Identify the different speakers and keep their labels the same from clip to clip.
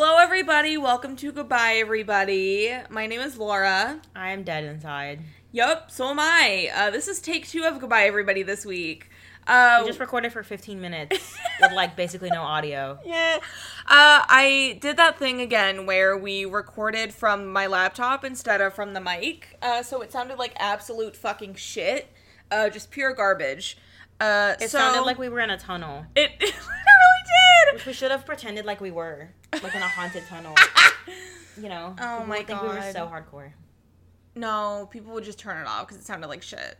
Speaker 1: everybody. Welcome to Goodbye, Everybody. My name is Laura.
Speaker 2: I am dead inside.
Speaker 1: Yup, so am I. Uh, this is take two of Goodbye, Everybody this week. Uh,
Speaker 2: We just recorded for 15 minutes with like basically no audio.
Speaker 1: yeah. Uh, I did that thing again where we recorded from my laptop instead of from the mic. Uh, so it sounded like absolute fucking shit. Uh, just pure garbage. Uh,
Speaker 2: It
Speaker 1: so
Speaker 2: sounded like we were in a tunnel.
Speaker 1: it, it literally did.
Speaker 2: Which we should have pretended like we were, like in a haunted tunnel. You
Speaker 1: Oh
Speaker 2: know? People
Speaker 1: my
Speaker 2: would think we were
Speaker 1: God.
Speaker 2: so hardcore.
Speaker 1: No, people would just turn it off because it sounded like shit.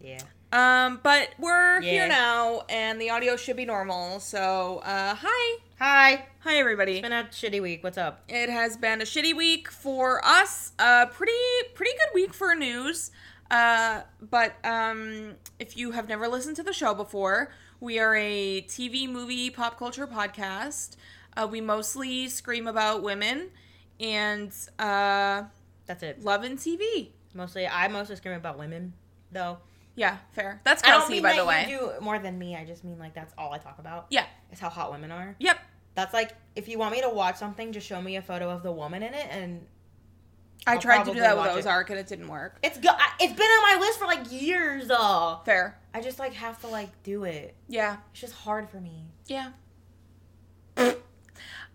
Speaker 2: Yeah.
Speaker 1: Um, but we're here
Speaker 2: Yeah.
Speaker 1: now, and the audio should be normal. So, uh, hi,
Speaker 2: Hi.
Speaker 1: hi everybody.
Speaker 2: Been a shitty week. What's up?
Speaker 1: It has been a shitty week for us. A pretty pretty good week for news. Uh, but um, if you have never listened to the show before, we are a TV, movie, pop culture podcast. Uh, we mostly scream about women and uh,
Speaker 2: That's it.
Speaker 1: love and TV.
Speaker 2: Mostly, I mostly scream about women, though.
Speaker 1: Yeah, fair. That's
Speaker 2: I don't
Speaker 1: Kelsey,
Speaker 2: mean
Speaker 1: by
Speaker 2: that
Speaker 1: the way.
Speaker 2: you do more than me. I just mean like that's all I talk about.
Speaker 1: Yeah.
Speaker 2: It's how hot women are.
Speaker 1: Yep.
Speaker 2: That's like if you want me to watch something, just show me a photo of the woman in it, and
Speaker 1: I
Speaker 2: I'll
Speaker 1: tried to do
Speaker 2: probably
Speaker 1: that with
Speaker 2: watch it.
Speaker 1: Ozark, and it didn't work.
Speaker 2: it's go- I- It's been on my list for like years. though.
Speaker 1: Fair.
Speaker 2: I just like have to like do it.
Speaker 1: Yeah.
Speaker 2: It's just hard for me.
Speaker 1: Yeah.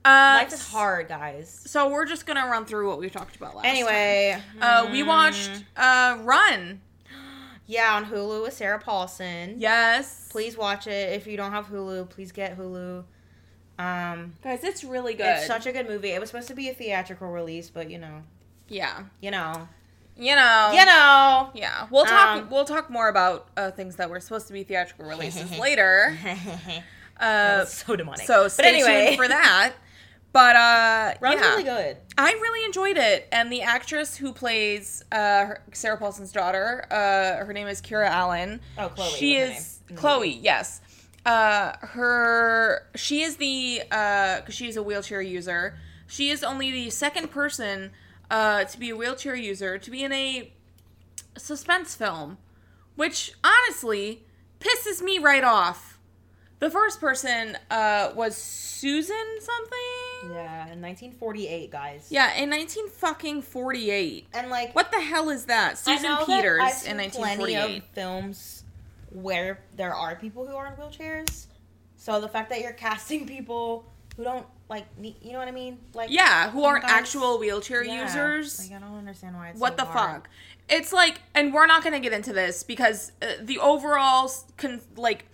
Speaker 2: Life is hard, guys.
Speaker 1: So we're just gonna run through what we talked about last.
Speaker 2: Anyway, Mm.
Speaker 1: time. uh, we watched uh, Run. Mm-hmm.
Speaker 2: yeah, on Hulu with Sarah Paulson.
Speaker 1: Yes,
Speaker 2: Please watch it. If you don't have Hulu, please get Hulu. Um,
Speaker 1: guys, it's really good.
Speaker 2: it's such a good movie. It was supposed to be a theatrical release, but you know,
Speaker 1: yeah,
Speaker 2: you know,
Speaker 1: you know,
Speaker 2: you know.
Speaker 1: yeah. We'll talk.
Speaker 2: Um,
Speaker 1: we'll talk more about uh, things that were supposed to be theatrical releases later. Uh,
Speaker 2: That's so demonic.
Speaker 1: so stay tuned for that. But uh,
Speaker 2: Run's
Speaker 1: yeah,
Speaker 2: really good.
Speaker 1: I really enjoyed it, and the actress who plays uh, her, Sarah Paulson's daughter, uh, her name is Kira Allen.
Speaker 2: Oh, Chloe
Speaker 1: She
Speaker 2: was her
Speaker 1: is
Speaker 2: name.
Speaker 1: Chloe. Yes. Uh, her she is the uh, 'cause she is a wheelchair user. She is only the second person uh, to be a wheelchair user to be in a suspense film, which honestly pisses me right off. The first person uh, was Susan something.
Speaker 2: Yeah, in 1948, guys.
Speaker 1: Yeah, in nineteen fucking forty eight.
Speaker 2: and like
Speaker 1: What the hell is that?
Speaker 2: I
Speaker 1: Susan
Speaker 2: know that
Speaker 1: Peters
Speaker 2: I've seen
Speaker 1: in nineteen
Speaker 2: plenty
Speaker 1: forty
Speaker 2: of
Speaker 1: eight.
Speaker 2: films where there are people who are in wheelchairs. So the fact that you're casting people who don't like, ne- you know what I mean? Like,
Speaker 1: Yeah, who aren't
Speaker 2: sometimes-
Speaker 1: actual wheelchair
Speaker 2: yeah.
Speaker 1: users.
Speaker 2: Like, I don't understand why it's
Speaker 1: what
Speaker 2: so
Speaker 1: the
Speaker 2: hard.
Speaker 1: fuck? It's like, and we're not going to get into this because uh, the overall, s- con- like,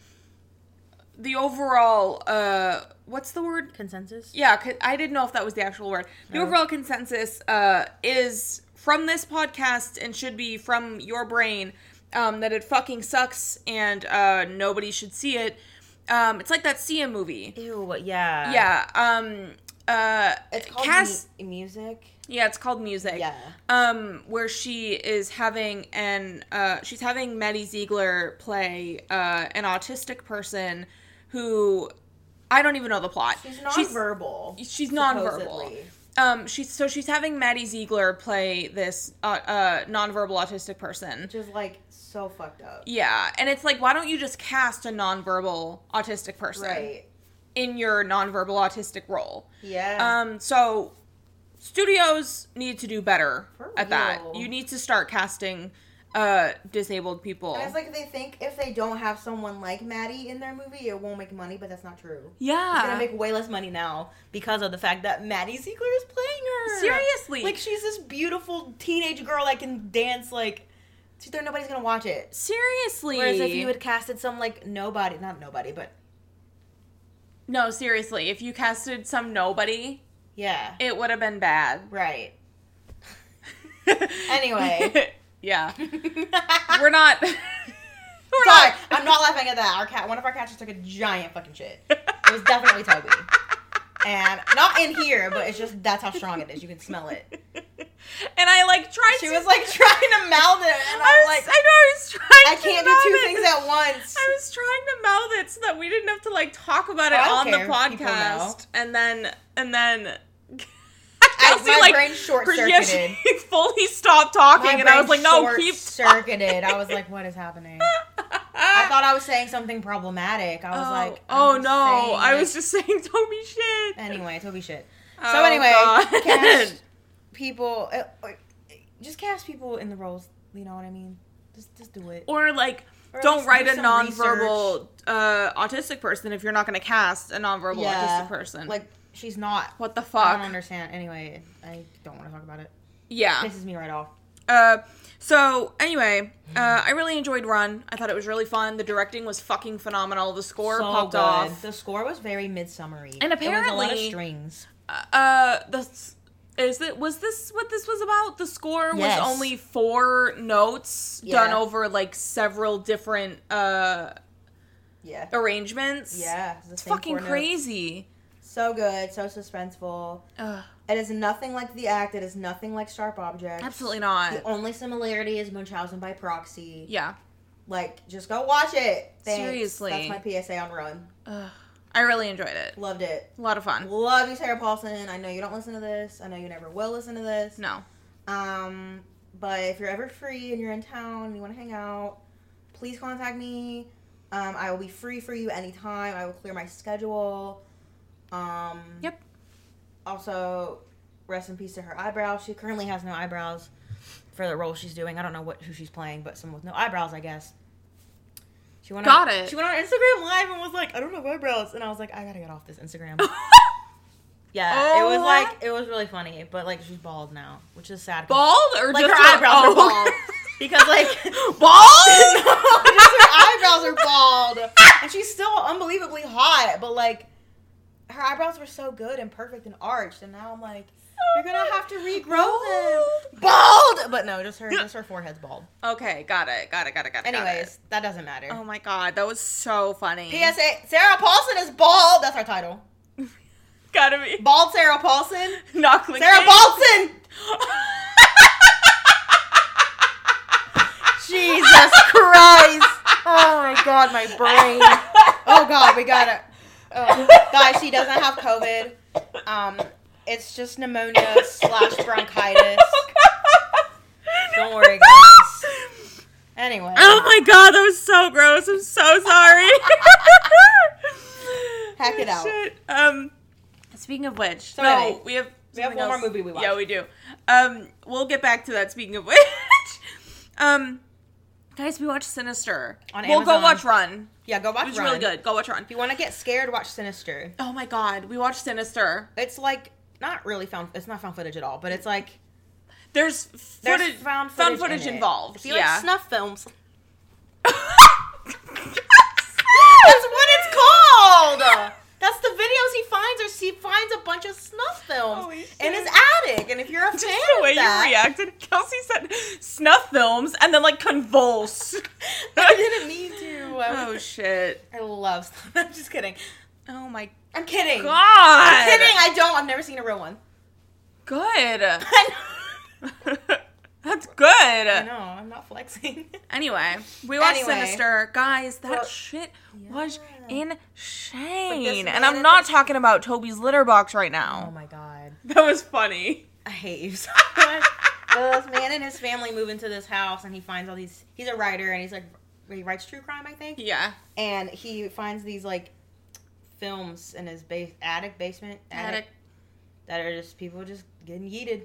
Speaker 1: the overall, uh, what's the word?
Speaker 2: Consensus.
Speaker 1: Yeah, co- I didn't know if that was the actual word. The overall consensus uh, is from this podcast and should be from your brain um, that it fucking sucks and uh, nobody should see it. Um, it's like that Sia movie.
Speaker 2: Ew. Yeah.
Speaker 1: Yeah. Um, uh,
Speaker 2: It's called
Speaker 1: Cass-
Speaker 2: mu- music.
Speaker 1: yeah, it's called Music
Speaker 2: Yeah.
Speaker 1: um where she is having an uh she's having Maddie Ziegler play uh an autistic person who I don't even know the plot.
Speaker 2: She's nonverbal.
Speaker 1: She's, she's nonverbal.
Speaker 2: supposedly.
Speaker 1: Um she's so she's having Maddie Ziegler play this uh, uh nonverbal autistic person.
Speaker 2: Which is like so fucked up.
Speaker 1: Yeah, and it's like why don't you just cast a nonverbal autistic person
Speaker 2: Right.
Speaker 1: in your nonverbal autistic role?
Speaker 2: Yeah.
Speaker 1: Um, so studios need to do better
Speaker 2: For
Speaker 1: at that.
Speaker 2: real.
Speaker 1: You need to start casting uh disabled people.
Speaker 2: And it's like they think if they don't have someone like Maddie in their movie, it won't make money, but that's not true. It's
Speaker 1: yeah.
Speaker 2: gonna make way less money now because of the fact that Maddie Ziegler is playing her.
Speaker 1: Seriously.
Speaker 2: Like she's this beautiful teenage girl that can dance like to there nobody's gonna watch it.
Speaker 1: seriously.
Speaker 2: Whereas if you had casted some like nobody not nobody, but
Speaker 1: No, seriously. If you casted some nobody,
Speaker 2: yeah.
Speaker 1: it would have been bad.
Speaker 2: Right. Anyway.
Speaker 1: yeah.
Speaker 2: Sorry,
Speaker 1: We're not We're not
Speaker 2: I'm not laughing at that. Our cat one of our cats just took a giant fucking shit. It was definitely Toby. And not in here, but it's just that's how strong it is. You can smell it.
Speaker 1: and I like tried
Speaker 2: She
Speaker 1: to
Speaker 2: was like trying to mouth it, and
Speaker 1: I
Speaker 2: I'm
Speaker 1: was
Speaker 2: like,
Speaker 1: I know I was trying
Speaker 2: I
Speaker 1: to
Speaker 2: can't do two
Speaker 1: mouth it.
Speaker 2: things at once.
Speaker 1: I was trying to mouth it so that we didn't have to like talk about it
Speaker 2: I don't
Speaker 1: on the
Speaker 2: care if people know.
Speaker 1: podcast, and then and then.
Speaker 2: I,
Speaker 1: Kelsey,
Speaker 2: my
Speaker 1: like,
Speaker 2: brain short
Speaker 1: her- yeah,
Speaker 2: circuited.
Speaker 1: she fully stopped talking, and I was like, "No, keep."
Speaker 2: circuited. I was like, what is happening? I thought I was saying something problematic. I was
Speaker 1: oh,
Speaker 2: like,
Speaker 1: Ah. "Oh
Speaker 2: I'm just
Speaker 1: no!"
Speaker 2: saying,
Speaker 1: I
Speaker 2: like-
Speaker 1: was just saying, "Don't be shit." Oh,
Speaker 2: Anyway, Toby shit. So anyway,
Speaker 1: God.
Speaker 2: cast people, uh, uh, just cast people in the roles. You know what I mean? Just, just do it.
Speaker 1: or like
Speaker 2: Or at
Speaker 1: don't
Speaker 2: least
Speaker 1: write
Speaker 2: do
Speaker 1: a
Speaker 2: some
Speaker 1: nonverbal uh, autistic person if you're not going to cast a nonverbal
Speaker 2: Yeah.
Speaker 1: autistic person. Like
Speaker 2: Like she's not.
Speaker 1: what the
Speaker 2: I don't
Speaker 1: fuck?
Speaker 2: understand. Anyway, I don't want to talk about it.
Speaker 1: Yeah.
Speaker 2: Pisses me right off.
Speaker 1: Uh, so anyway, uh, I really enjoyed Run. I thought it was really fun. The directing was fucking phenomenal. The score
Speaker 2: So
Speaker 1: popped
Speaker 2: good.
Speaker 1: off.
Speaker 2: The score was very midsummery.
Speaker 1: And
Speaker 2: There was a lot of
Speaker 1: apparently-
Speaker 2: strings.
Speaker 1: Uh, the s- is it was this what this was about? The score
Speaker 2: Yes.
Speaker 1: was only four notes done
Speaker 2: Yeah.
Speaker 1: over like several different uh
Speaker 2: Yeah.
Speaker 1: arrangements.
Speaker 2: Yeah.
Speaker 1: it's fucking crazy.
Speaker 2: So good. So suspenseful.
Speaker 1: Ugh,
Speaker 2: It is nothing like the act. It is nothing like sharp objects.
Speaker 1: absolutely not.
Speaker 2: The only similarity is Munchausen by proxy.
Speaker 1: Yeah.
Speaker 2: Like, just go watch it. Thanks.
Speaker 1: Seriously.
Speaker 2: That's my PSA on Run.
Speaker 1: Ugh. I really enjoyed it.
Speaker 2: Loved it.
Speaker 1: A lot of fun.
Speaker 2: Love you, Sarah Paulson. I know you don't listen to this. I know you never will listen to this.
Speaker 1: No.
Speaker 2: Um, but if you're ever free and you're in town and you want to hang out, please contact me. Um, I will be free for you anytime. I will clear my schedule. Um,
Speaker 1: Yep.
Speaker 2: Also, rest in peace to her eyebrows. She currently has no eyebrows for the role she's doing. I don't know what who she's playing, but someone with no eyebrows, I guess. She went
Speaker 1: Got
Speaker 2: on,
Speaker 1: it.
Speaker 2: She went on Instagram live and was like, "I don't have eyebrows," and I was like, "I gotta get off this Instagram." Yeah, it was
Speaker 1: Oh.
Speaker 2: like it was really funny, but like she's bald now, which is sad.
Speaker 1: bald or
Speaker 2: Like
Speaker 1: just
Speaker 2: her eyebrows are
Speaker 1: oh.
Speaker 2: bald. because like
Speaker 1: bald?
Speaker 2: just her eyebrows are bald, and she's still unbelievably hot. But like her eyebrows were so good and perfect and arched, and now I'm like, you're gonna have to regrow them. Bald, but no, just her just her forehead's bald.
Speaker 1: Okay, got it, got it, got it, got it. got
Speaker 2: Anyways, that doesn't matter.
Speaker 1: it. oh my god, that was so funny.
Speaker 2: PSA: Sarah Paulson is bald. That's our title.
Speaker 1: gotta be
Speaker 2: Bald Sarah Paulson.
Speaker 1: not clicking.
Speaker 2: Sarah Paulson. Jesus Christ! Oh my God, my brain. Oh God, we gotta. Oh, guys, she doesn't have COVID. Um, it's just pneumonia slash bronchitis.
Speaker 1: Oh
Speaker 2: Don't worry, guys. Anyway,
Speaker 1: Oh my god, that was so gross. I'm so sorry. Oh,
Speaker 2: Hack it out.
Speaker 1: Shit. Um, speaking of which,
Speaker 2: So
Speaker 1: no,
Speaker 2: anyway,
Speaker 1: we have
Speaker 2: we have
Speaker 1: something
Speaker 2: one more movie we
Speaker 1: Yeah,
Speaker 2: watched.
Speaker 1: we do. Um, we'll get back to that. Speaking of which, um, guys, we watched Sinister.
Speaker 2: On
Speaker 1: we'll
Speaker 2: Amazon.
Speaker 1: go watch Run.
Speaker 2: yeah, go watch.
Speaker 1: It was
Speaker 2: Run.
Speaker 1: really good. Go watch Run.
Speaker 2: If you want to get scared, watch Sinister.
Speaker 1: Oh my god, we watched Sinister.
Speaker 2: It's like not really found. It's not found footage at all, but it's like
Speaker 1: There's
Speaker 2: there's
Speaker 1: footage,
Speaker 2: found footage,
Speaker 1: found footage
Speaker 2: in it.
Speaker 1: involved.
Speaker 2: If you
Speaker 1: yeah.
Speaker 2: like snuff films,
Speaker 1: That's
Speaker 2: That's what it's called. That's the videos he finds, or he finds a bunch of snuff films
Speaker 1: Holy
Speaker 2: in
Speaker 1: shit.
Speaker 2: his attic. And if you're a fan
Speaker 1: Just the way
Speaker 2: of that,
Speaker 1: you reacted. Kelsey said snuff films and then like convulsed.
Speaker 2: I didn't mean to. I,
Speaker 1: Oh
Speaker 2: was,
Speaker 1: shit.
Speaker 2: I love snuff. I'm just kidding.
Speaker 1: Oh my
Speaker 2: I'm kidding.
Speaker 1: god.
Speaker 2: I'm kidding. I don't. I've never seen a real one.
Speaker 1: Good.
Speaker 2: I
Speaker 1: That's
Speaker 2: know.
Speaker 1: good.
Speaker 2: I'm not flexing.
Speaker 1: Anyway, we watched
Speaker 2: Anyway.
Speaker 1: Sinister. Guys, that
Speaker 2: Well,
Speaker 1: shit was
Speaker 2: yeah.
Speaker 1: insane.
Speaker 2: man
Speaker 1: And I'm
Speaker 2: is
Speaker 1: not
Speaker 2: a-
Speaker 1: talking about Toby's litter box right
Speaker 2: Oh
Speaker 1: now.
Speaker 2: my god.
Speaker 1: That was funny.
Speaker 2: I hate you so much. So this man and his family move into this house, and he finds all these. He's a writer, and he's like, he writes true crime, I think.
Speaker 1: Yeah.
Speaker 2: and he finds these like films in his base attic basement attic,
Speaker 1: Attic.
Speaker 2: that are just people just getting yeeted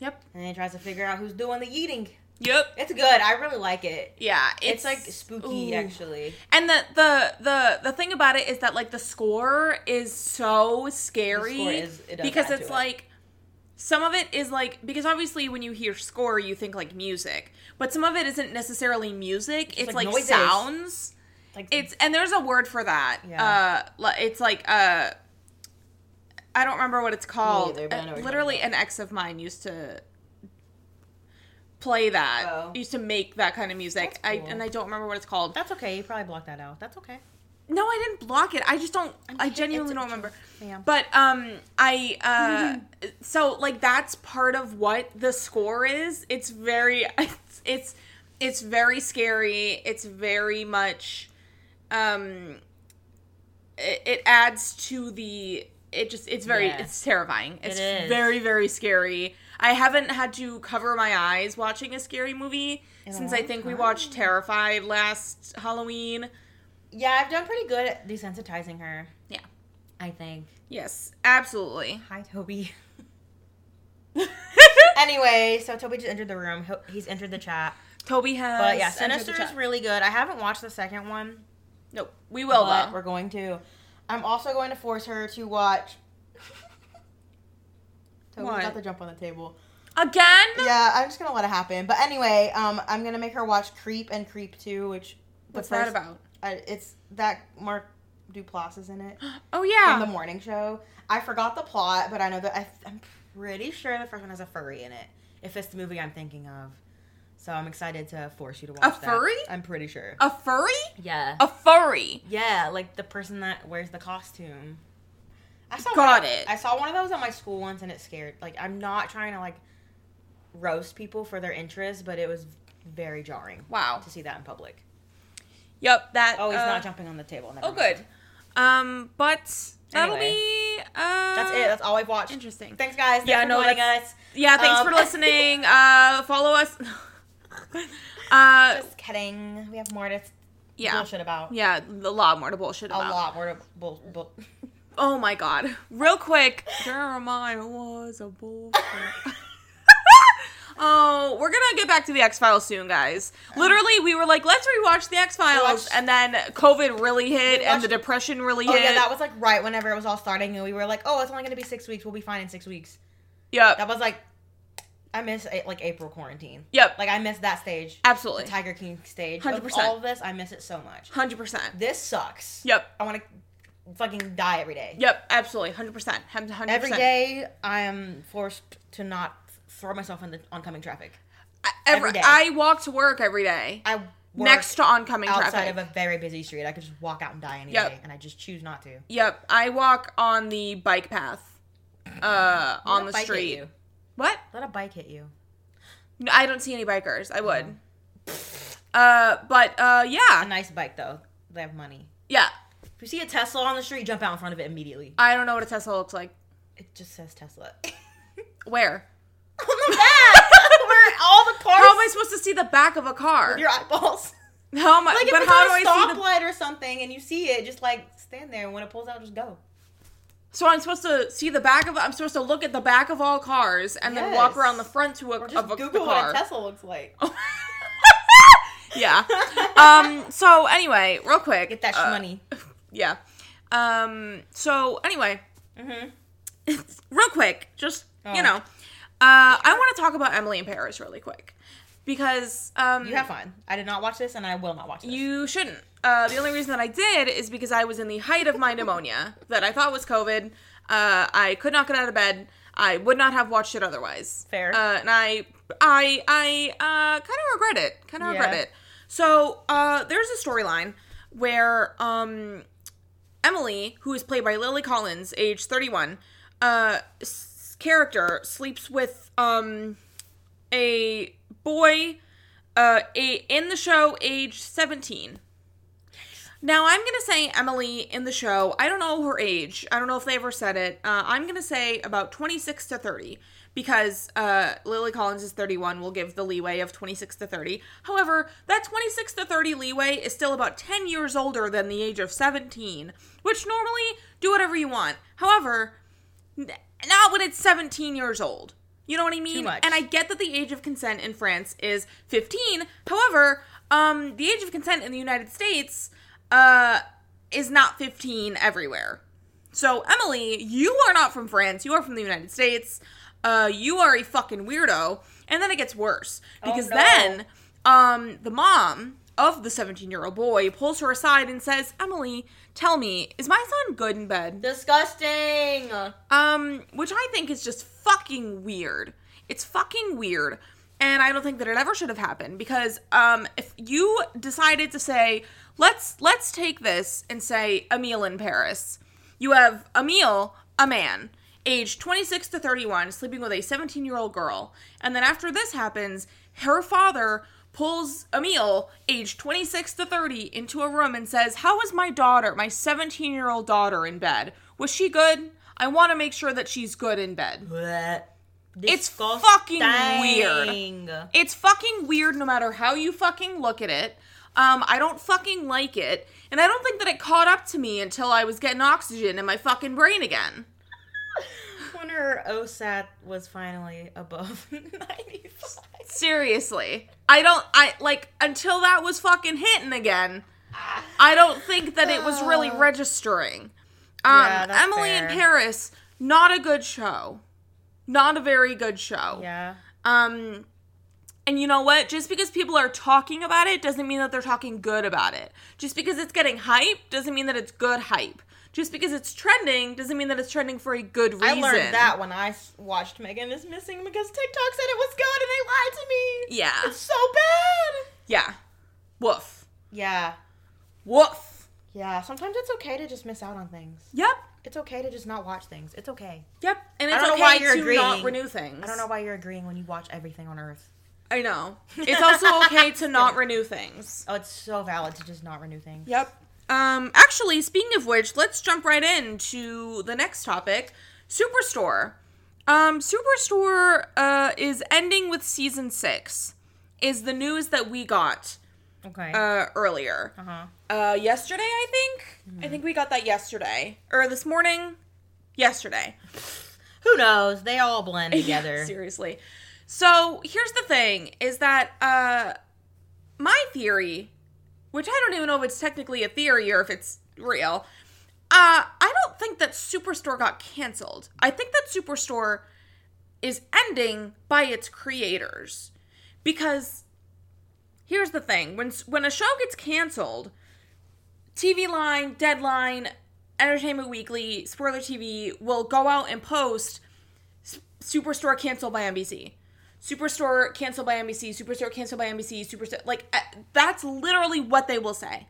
Speaker 1: Yep.
Speaker 2: and then he tries to figure out who's doing the yeeting
Speaker 1: Yep.
Speaker 2: it's good i really like it
Speaker 1: Yeah.
Speaker 2: it's, like spooky
Speaker 1: Ooh.
Speaker 2: actually
Speaker 1: And the, the the the thing about it is that like the score is so
Speaker 2: The
Speaker 1: scary
Speaker 2: score is- it does
Speaker 1: because
Speaker 2: add to
Speaker 1: it's
Speaker 2: it.
Speaker 1: like some of it is like because obviously when you hear score you think like music, but some of it isn't necessarily music. It's,
Speaker 2: like
Speaker 1: like,
Speaker 2: noises.
Speaker 1: sounds.
Speaker 2: like
Speaker 1: It's and there's a word for that.
Speaker 2: Yeah.
Speaker 1: Uh, li- it's like uh, I don't remember what it's called.
Speaker 2: either, but I know what
Speaker 1: Uh,
Speaker 2: you're talking
Speaker 1: literally, an ex of mine used to play that.
Speaker 2: Oh.
Speaker 1: Used to make that kind of music.
Speaker 2: That's
Speaker 1: I
Speaker 2: cool.
Speaker 1: and I don't remember what it's called.
Speaker 2: that's okay you probably blocked that out that's okay
Speaker 1: No, I didn't block it. I just don't. i
Speaker 2: kidding.
Speaker 1: genuinely
Speaker 2: It's
Speaker 1: don't
Speaker 2: okay.
Speaker 1: remember.
Speaker 2: Yeah.
Speaker 1: But um, I uh, so like that's part of what the score is. It's very, it's it's, it's very scary. It's very much, um, it, it adds to the. It just it's very
Speaker 2: Yeah.
Speaker 1: it's terrifying. It's
Speaker 2: is.
Speaker 1: very very scary. I haven't had to cover my eyes watching a scary movie
Speaker 2: In a
Speaker 1: since I
Speaker 2: long
Speaker 1: think we
Speaker 2: time.
Speaker 1: watched Terrified last Halloween.
Speaker 2: yeah i've done pretty good at desensitizing her
Speaker 1: Yeah.
Speaker 2: i
Speaker 3: I think.
Speaker 1: Yes, absolutely.
Speaker 2: Hi, Toby. anyway, so Toby just entered the room. He- He's entered the chat.
Speaker 1: Toby has.
Speaker 2: But yeah,
Speaker 1: entered the
Speaker 2: Sinister
Speaker 1: chat.
Speaker 2: is really good. I haven't watched the second one.
Speaker 1: Nope. We will
Speaker 2: but
Speaker 1: though.
Speaker 2: we're going to. I'm also going to force her to watch. Toby
Speaker 1: What?
Speaker 2: got the jump on the table.
Speaker 1: Again?
Speaker 2: Yeah, I'm just gonna let it happen. But anyway, um, I'm gonna make her watch Creep and Creep Two, which the
Speaker 1: What's that
Speaker 2: first-
Speaker 1: about?
Speaker 2: Uh, it's that Mark Duplass is in it
Speaker 1: Oh
Speaker 2: from the
Speaker 1: yeah.
Speaker 2: morning show. I forgot the plot, but I know that I, I'm pretty sure the first one has a furry in it. If it's the movie I'm thinking of, so I'm excited to force you to watch that.
Speaker 1: furry? Oh.
Speaker 2: I'm pretty sure.
Speaker 1: a furry?
Speaker 3: Yeah.
Speaker 1: A furry.
Speaker 2: Yeah, like the person that wears the costume. I saw
Speaker 1: Got
Speaker 2: one-
Speaker 1: it.
Speaker 2: I saw one of those at my school once, and it scared. Like I'm not trying to like roast people for their interests, but it was very jarring
Speaker 1: Wow.
Speaker 2: to see that in public.
Speaker 1: Yep. That.
Speaker 2: Oh, he's
Speaker 1: uh,
Speaker 2: not jumping on the table. Never
Speaker 1: Oh,
Speaker 2: mind.
Speaker 1: good. Um, but that'll
Speaker 2: Anyway.
Speaker 1: be. Uh,
Speaker 2: That's it. That's all I've watched.
Speaker 1: interesting.
Speaker 2: Thanks, guys. Thanks
Speaker 1: Yeah,
Speaker 2: for
Speaker 1: no,
Speaker 2: joining
Speaker 1: that's-
Speaker 2: us.
Speaker 1: yeah. Thanks
Speaker 2: Um,
Speaker 1: for listening. uh, follow us. uh,
Speaker 2: Just kidding. We have more to
Speaker 1: yeah.
Speaker 2: bullshit about.
Speaker 1: Yeah, a lot more to bullshit
Speaker 2: A
Speaker 1: about.
Speaker 2: lot more to bull. bull.
Speaker 1: Oh my god. Real quick, Jeremiah was a bullshit. oh, we're gonna get back to the X Files soon, guys. Literally, we were like, let's rewatch the X Files,
Speaker 2: watched-
Speaker 1: and then COVID really hit,
Speaker 2: We
Speaker 1: and the
Speaker 2: watched-
Speaker 1: depression really
Speaker 2: Oh
Speaker 1: hit.
Speaker 2: yeah, that was like right whenever it was all starting, and we were like, "Oh, it's only gonna be six weeks. We'll be fine in six weeks."
Speaker 1: yep,
Speaker 2: That was like, I miss eh, like April quarantine.
Speaker 1: yep,
Speaker 2: Like I miss that stage.
Speaker 1: absolutely,
Speaker 2: The Tiger King stage.
Speaker 1: 100%.
Speaker 2: Of all of this, I miss it so much.
Speaker 1: hundred percent.
Speaker 2: This sucks.
Speaker 1: Yep,
Speaker 2: I want to fucking die every day.
Speaker 1: yep, absolutely, hundred percent, hundred
Speaker 2: Every
Speaker 1: percent.
Speaker 2: day, I am forced to not throw myself in the oncoming traffic. every day.
Speaker 1: I walk to work every day
Speaker 2: I work
Speaker 1: next to oncoming
Speaker 2: outside
Speaker 1: traffic.
Speaker 2: of a very busy street. I could just walk out and die any
Speaker 1: Yep.
Speaker 2: day, and I just choose not to.
Speaker 1: yep, I walk on the bike path, uh, on
Speaker 2: Let a
Speaker 1: the
Speaker 2: bike hit
Speaker 1: street.
Speaker 2: you.
Speaker 1: What?
Speaker 2: Let a bike hit you.
Speaker 1: No, I don't see any bikers. I would.
Speaker 2: Mm.
Speaker 1: Uh, but uh, yeah,
Speaker 2: A nice bike though. They have money.
Speaker 1: yeah.
Speaker 2: If you see a Tesla on the street, jump out in front of it immediately.
Speaker 1: I don't know what a Tesla looks like.
Speaker 2: It just says Tesla.
Speaker 1: Where?
Speaker 2: On the back, where all the cars.
Speaker 1: How am I supposed to see the back of a car?
Speaker 2: your eyeballs.
Speaker 1: How am I?
Speaker 2: Like if
Speaker 1: but
Speaker 2: it's at
Speaker 1: how do
Speaker 2: a
Speaker 1: I see the?
Speaker 2: stoplight or something and you see it, just like stand there and when it pulls out, just go.
Speaker 1: So I'm supposed to see the back of. I'm supposed to look at the back of all cars and then walk
Speaker 2: Yes.
Speaker 1: around the front to a
Speaker 2: Or
Speaker 1: of
Speaker 2: just
Speaker 1: a, the
Speaker 2: Google what
Speaker 1: car. Oh.
Speaker 2: a Tesla looks like.
Speaker 1: yeah. Um. So anyway, real quick.
Speaker 2: Get that
Speaker 1: uh,
Speaker 2: money.
Speaker 1: Yeah. Um. So anyway,
Speaker 2: Mm-hmm.
Speaker 1: real quick, just
Speaker 2: Oh.
Speaker 1: you know, uh, I want to talk about Emily in Paris really quick because um,
Speaker 2: You have fun. I did not watch this and I will not watch this.
Speaker 1: you shouldn't. Uh, the only reason that I did is because I was in the height of my pneumonia that I thought was COVID. Uh, I could not get out of bed. I would not have watched it otherwise.
Speaker 2: Fair.
Speaker 1: Uh, and I, I, I uh, kind of regret it. Kind of regret
Speaker 2: Yeah.
Speaker 1: it. So uh, there's a storyline where um, Emily, who is played by Lily Collins, age 31, uh, s- character sleeps with um, a boy uh, a, in the show, age 17. Now, I'm going to say Emily in the show, I don't know her age. I don't know if they ever said it. Uh, I'm going to say about 26 to 30 because uh, Lily Collins is 31. We'll give the leeway of 26 to 30. However, that 26 to 30 leeway is still about 10 years older than the age of 17, which normally do whatever you want. However, n- not when it's 17 years old. You know what I mean?
Speaker 2: much.
Speaker 1: And I get that the age of consent in France is 15. However, um, the age of consent in the United States uh, is not 15 everywhere. So, Emily, you are not from France. You are from the United States. Uh, you are a fucking weirdo. And then it gets worse because
Speaker 2: no.
Speaker 1: then um, the mom of the 17 year old boy pulls her aside and says, Emily, tell me, is my son good in bed?
Speaker 2: Disgusting.
Speaker 1: Um, which I think is just fucking weird. It's fucking weird. And I don't think that it ever should have happened because um if you decided to say, let's let's take this and say a meal in Paris. You have a meal, a man, age 26 to 31, sleeping with a 17-year-old girl. And then after this happens, her father pulls Emil, age 26 to 30, into a room and says, How is my daughter, my 17 year old daughter, in bed? Was she good? I want to make sure that she's good in bed. It's fucking weird. It's fucking weird no matter how you fucking look at it. Um, I don't fucking like it, and I don't think that it caught up to me until I was getting oxygen in my fucking brain again.
Speaker 2: When her OSAT was finally above 95.
Speaker 1: Seriously, I don't. I like until that was fucking hitting again. I don't think that it was really
Speaker 2: Oh.
Speaker 1: registering. Um,
Speaker 2: Yeah, that's
Speaker 1: Emily in
Speaker 2: fair.
Speaker 1: Paris, not a good show, not a very good show.
Speaker 2: Yeah.
Speaker 1: Um, and you know what? Just because people are talking about it doesn't mean that they're talking good about it. Just because it's getting hype doesn't mean that it's good hype. Just because it's trending doesn't mean that it's trending for a good reason.
Speaker 2: I learned that when I s- watched Megan is Missing because TikTok said it was good and they lied to me.
Speaker 1: Yeah.
Speaker 2: It's so bad.
Speaker 1: Yeah. Woof.
Speaker 2: Yeah.
Speaker 1: Woof.
Speaker 2: Yeah. Sometimes it's okay to just miss out on things.
Speaker 1: Yep.
Speaker 2: It's okay to just not watch things. It's okay.
Speaker 1: Yep. And
Speaker 2: I
Speaker 1: it's
Speaker 2: don't know
Speaker 1: okay
Speaker 2: why you're
Speaker 1: to not
Speaker 2: agreeing.
Speaker 1: renew things.
Speaker 2: I don't know why you're agreeing when you watch everything on earth.
Speaker 1: I know. It's also okay to not renew things.
Speaker 2: Oh, it's so valid to just not renew things.
Speaker 1: Yep. Um, actually, speaking of which, let's jump right into the next topic Superstore. Um, Superstore uh, is ending with season six, is the news that we got
Speaker 2: Okay.
Speaker 1: uh, earlier.
Speaker 2: huh.
Speaker 1: Uh, yesterday, I think.
Speaker 2: Mm-hmm.
Speaker 1: I think we got that yesterday. Or this morning. Yesterday.
Speaker 2: Who knows? They all blend
Speaker 1: Yeah,
Speaker 2: together.
Speaker 1: seriously. So here's the thing: is that uh, my theory, which I don't even know if it's technically a theory or if it's real. Uh, I don't think that Superstore got canceled. I think that Superstore is ending by its creators because here's the thing: when s- when a show gets canceled, TV Line, Deadline, Entertainment Weekly, Spoiler TV will go out and post Superstore canceled by NBC. Superstore canceled by NBC. Superstore canceled by NBC. Superstore like uh, that's literally what they will say.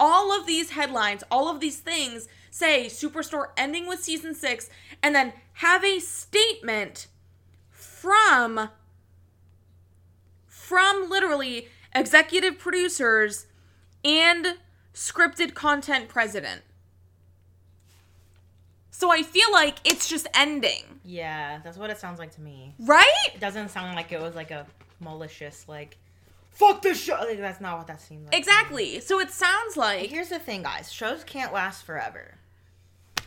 Speaker 1: All of these headlines, all of these things say Superstore ending with season 6 and then have a statement from from literally executive producers and scripted content president. So I feel like it's just ending.
Speaker 2: Yeah, that's what it sounds like to me.
Speaker 1: Right?
Speaker 2: It doesn't sound like it was like a malicious like. Fuck this show. Like, that's not what that seemed like. to me.
Speaker 1: Exactly. So it sounds like
Speaker 2: Here's the thing, guys. Shows can't last forever.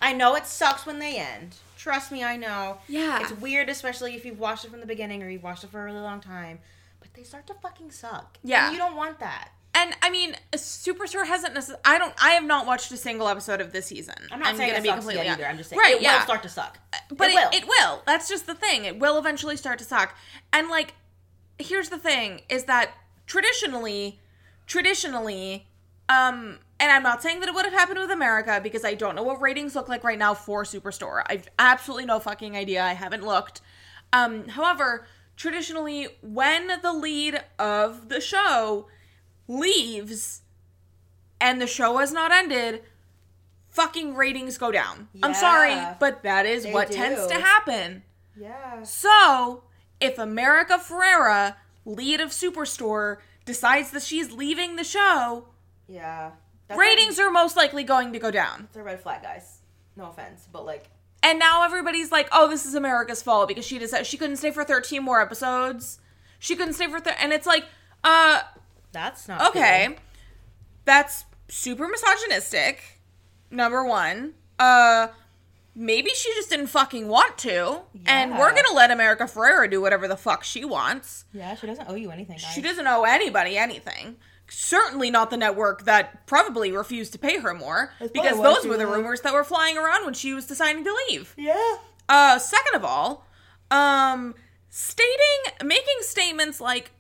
Speaker 2: I know it sucks when they end. Trust me, I know.
Speaker 1: Yeah.
Speaker 2: It's weird, especially if you've watched it from the beginning or you've watched it for a really long time. But they start to fucking suck.
Speaker 1: Yeah.
Speaker 2: And you don't want that.
Speaker 1: and I mean Superstore hasn't necessarily I don't I have not watched a single episode of this season.
Speaker 2: I'm not saying
Speaker 1: gonna
Speaker 2: it sucks yet
Speaker 1: completely-
Speaker 2: either. I'm just saying
Speaker 1: Right,
Speaker 2: it
Speaker 1: yeah.
Speaker 2: will start to suck.
Speaker 1: but it,
Speaker 2: it will.
Speaker 1: it will. That's just the thing. It will eventually start to suck. And like here's the thing is that traditionally traditionally um and I'm not saying that it would have happened with America because I don't know what ratings look like right now for Superstore. I've absolutely no fucking idea. I haven't looked. Um however, traditionally when the lead of the show leaves and the show has not ended, fucking ratings go down. I'm sorry,
Speaker 2: Yeah.
Speaker 1: but that is what
Speaker 2: do.
Speaker 1: tends to happen.
Speaker 2: yeah.
Speaker 1: So, if America Ferrera, lead of Superstore, decides that she's leaving the show,
Speaker 2: Yeah.
Speaker 1: ratings are most likely going to go down.
Speaker 2: It's a red flag, guys. No offense, but like,
Speaker 1: And now everybody's like, "Oh, this is America's fault because she decided she couldn't stay for 13 more episodes. She couldn't stay for thir-. and it's like, uh,
Speaker 2: that's not
Speaker 1: okay. That's super misogynistic. Number 1. Uh maybe she just didn't fucking want to and
Speaker 2: Yeah.
Speaker 1: we're going to let America Ferrera do whatever the fuck she wants.
Speaker 2: Yeah, she doesn't owe you anything. Guys.
Speaker 1: She doesn't owe anybody anything. Certainly not the network that probably refused to pay her more
Speaker 2: That's probably
Speaker 1: because
Speaker 2: why
Speaker 1: those
Speaker 2: she
Speaker 1: were the
Speaker 2: was-
Speaker 1: rumors that were flying around when she was deciding to leave.
Speaker 2: Yeah.
Speaker 1: Uh, second of all, um, stating, making statements like,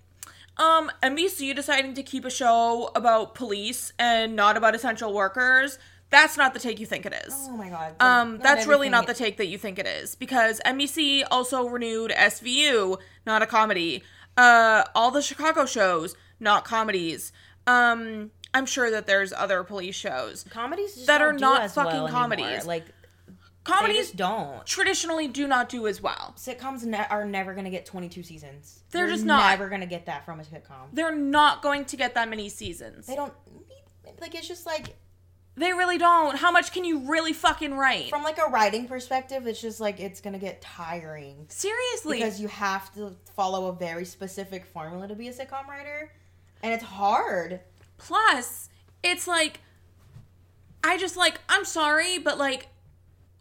Speaker 1: um, NBC deciding to keep a show about police and not about essential workers, that's not the take you think it is.
Speaker 2: Oh my god.
Speaker 1: Um,
Speaker 2: Not
Speaker 1: that's really
Speaker 2: everything
Speaker 1: not the take that you think it is because NBC also renewed SVU, not a comedy. Uh, all the Chicago shows, not comedies. Um, I'm sure that there's other police shows.
Speaker 2: comedies just
Speaker 1: that
Speaker 2: don't
Speaker 1: are
Speaker 2: do
Speaker 1: not
Speaker 2: as
Speaker 1: fucking
Speaker 2: well
Speaker 1: comedies.
Speaker 2: Anymore. Like comedies
Speaker 1: Comedies
Speaker 2: don't.
Speaker 1: traditionally do not do as well.
Speaker 2: Sitcoms ne- are never gonna get 22 seasons.
Speaker 1: They're
Speaker 2: You're
Speaker 1: just not.
Speaker 2: Never gonna get that from a sitcom.
Speaker 1: They're not going to get that many seasons.
Speaker 2: They don't. Like it's just like
Speaker 1: They really don't. How much can you really fucking write?
Speaker 2: from like a writing perspective, it's just like it's gonna get tiring
Speaker 1: Seriously.
Speaker 2: because you have to follow a very specific formula to be a sitcom writer, and it's hard.
Speaker 1: Plus, it's like I just like I'm sorry, but like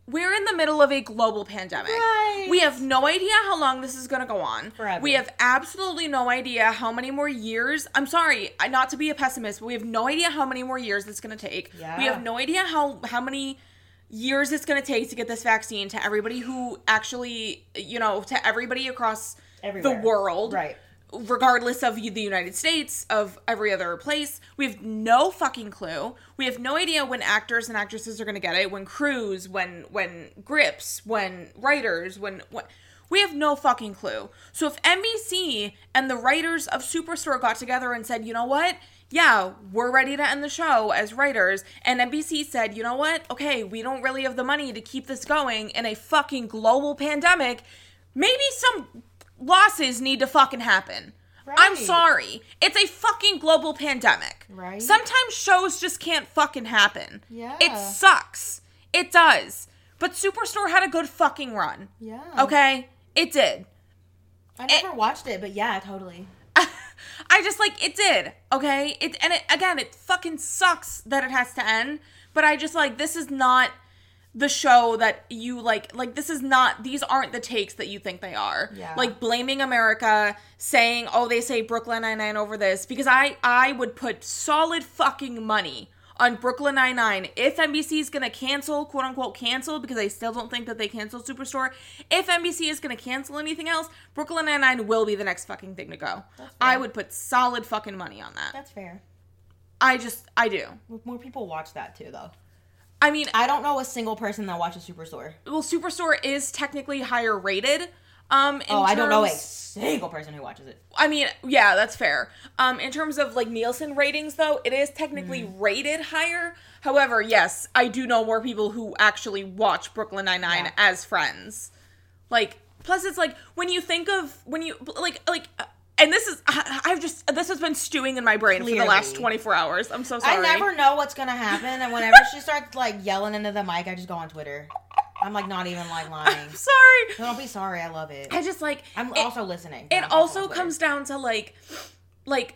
Speaker 1: we're in the middle of a global pandemic.
Speaker 2: Right.
Speaker 1: We have no idea how long this is going to go on.
Speaker 2: Forever.
Speaker 1: We have absolutely no idea how many more years. I'm sorry, I- not to be a pessimist, but we have no idea how many more years it's going to take. We
Speaker 2: Yeah.
Speaker 1: have no idea how how many years it's going to take to get this vaccine to everybody who actually, you know, to everybody across
Speaker 2: Everywhere.
Speaker 1: the world
Speaker 2: Right.
Speaker 1: regardless of the United States, of every other place. We have no fucking clue. We have no idea when actors and actresses are going to get it, when crews, when when grips, when writers, when what. We have no fucking clue. So if NBC and the writers of Superstore got together and said, "You know what? Yeah, we're ready to end the show as writers." And NBC said, "You know what? Okay, we don't really have the money to keep this going in a fucking global pandemic. Maybe some losses need to fucking happen. I'm
Speaker 2: Right.
Speaker 1: sorry. It's a fucking global pandemic.
Speaker 2: Right.
Speaker 1: Sometimes shows just can't fucking happen.
Speaker 2: Yeah.
Speaker 1: It sucks. It does. But Superstore had a good fucking run.
Speaker 2: Yeah.
Speaker 1: Okay? It did.
Speaker 2: I never watched it, but yeah, totally.
Speaker 1: I just like it did. Okay? It and it again, it fucking sucks that it has to end, but I just like this is not the show that you like like this is not these aren't the takes that you think they are
Speaker 2: Yeah.
Speaker 1: like blaming america saying oh they say brooklyn 99 over this because i i would put solid fucking money on brooklyn 99 if nbc is gonna cancel quote unquote cancel because i still don't think that they canceled superstore if nbc is gonna cancel anything else brooklyn 99 will be the next fucking thing to go i would put solid fucking money on that
Speaker 2: That's fair.
Speaker 1: i just i do
Speaker 2: More people watch that too, though.
Speaker 1: i mean
Speaker 2: I don't know a single person that watches Superstore.
Speaker 1: well superstore is technically higher rated um in
Speaker 2: Oh, I don't know a
Speaker 1: terms-
Speaker 2: single person who watches it.
Speaker 1: I mean, yeah, that's fair. Um, in terms of like Nielsen ratings, though, it is technically
Speaker 2: Mm.
Speaker 1: rated higher. However, yes, I do know more people who actually watch Brooklyn Nine Nine
Speaker 2: Yeah.
Speaker 1: as friends. Like, plus, it's like when you think of when you like like, uh, and this is I, I've just this has been stewing in my brain for the last
Speaker 2: Clearly.
Speaker 1: twenty four hours. I'm so sorry.
Speaker 2: I never know what's gonna happen, and whenever she starts like yelling into the mic, I just go on Twitter. I'm like not even like lying.
Speaker 1: I'm sorry.
Speaker 2: Don't be sorry. I love it.
Speaker 1: I just like
Speaker 2: I'm
Speaker 1: it-
Speaker 2: also listening. but
Speaker 1: it
Speaker 2: I'm
Speaker 1: also
Speaker 2: on Twitter.
Speaker 1: comes down to like like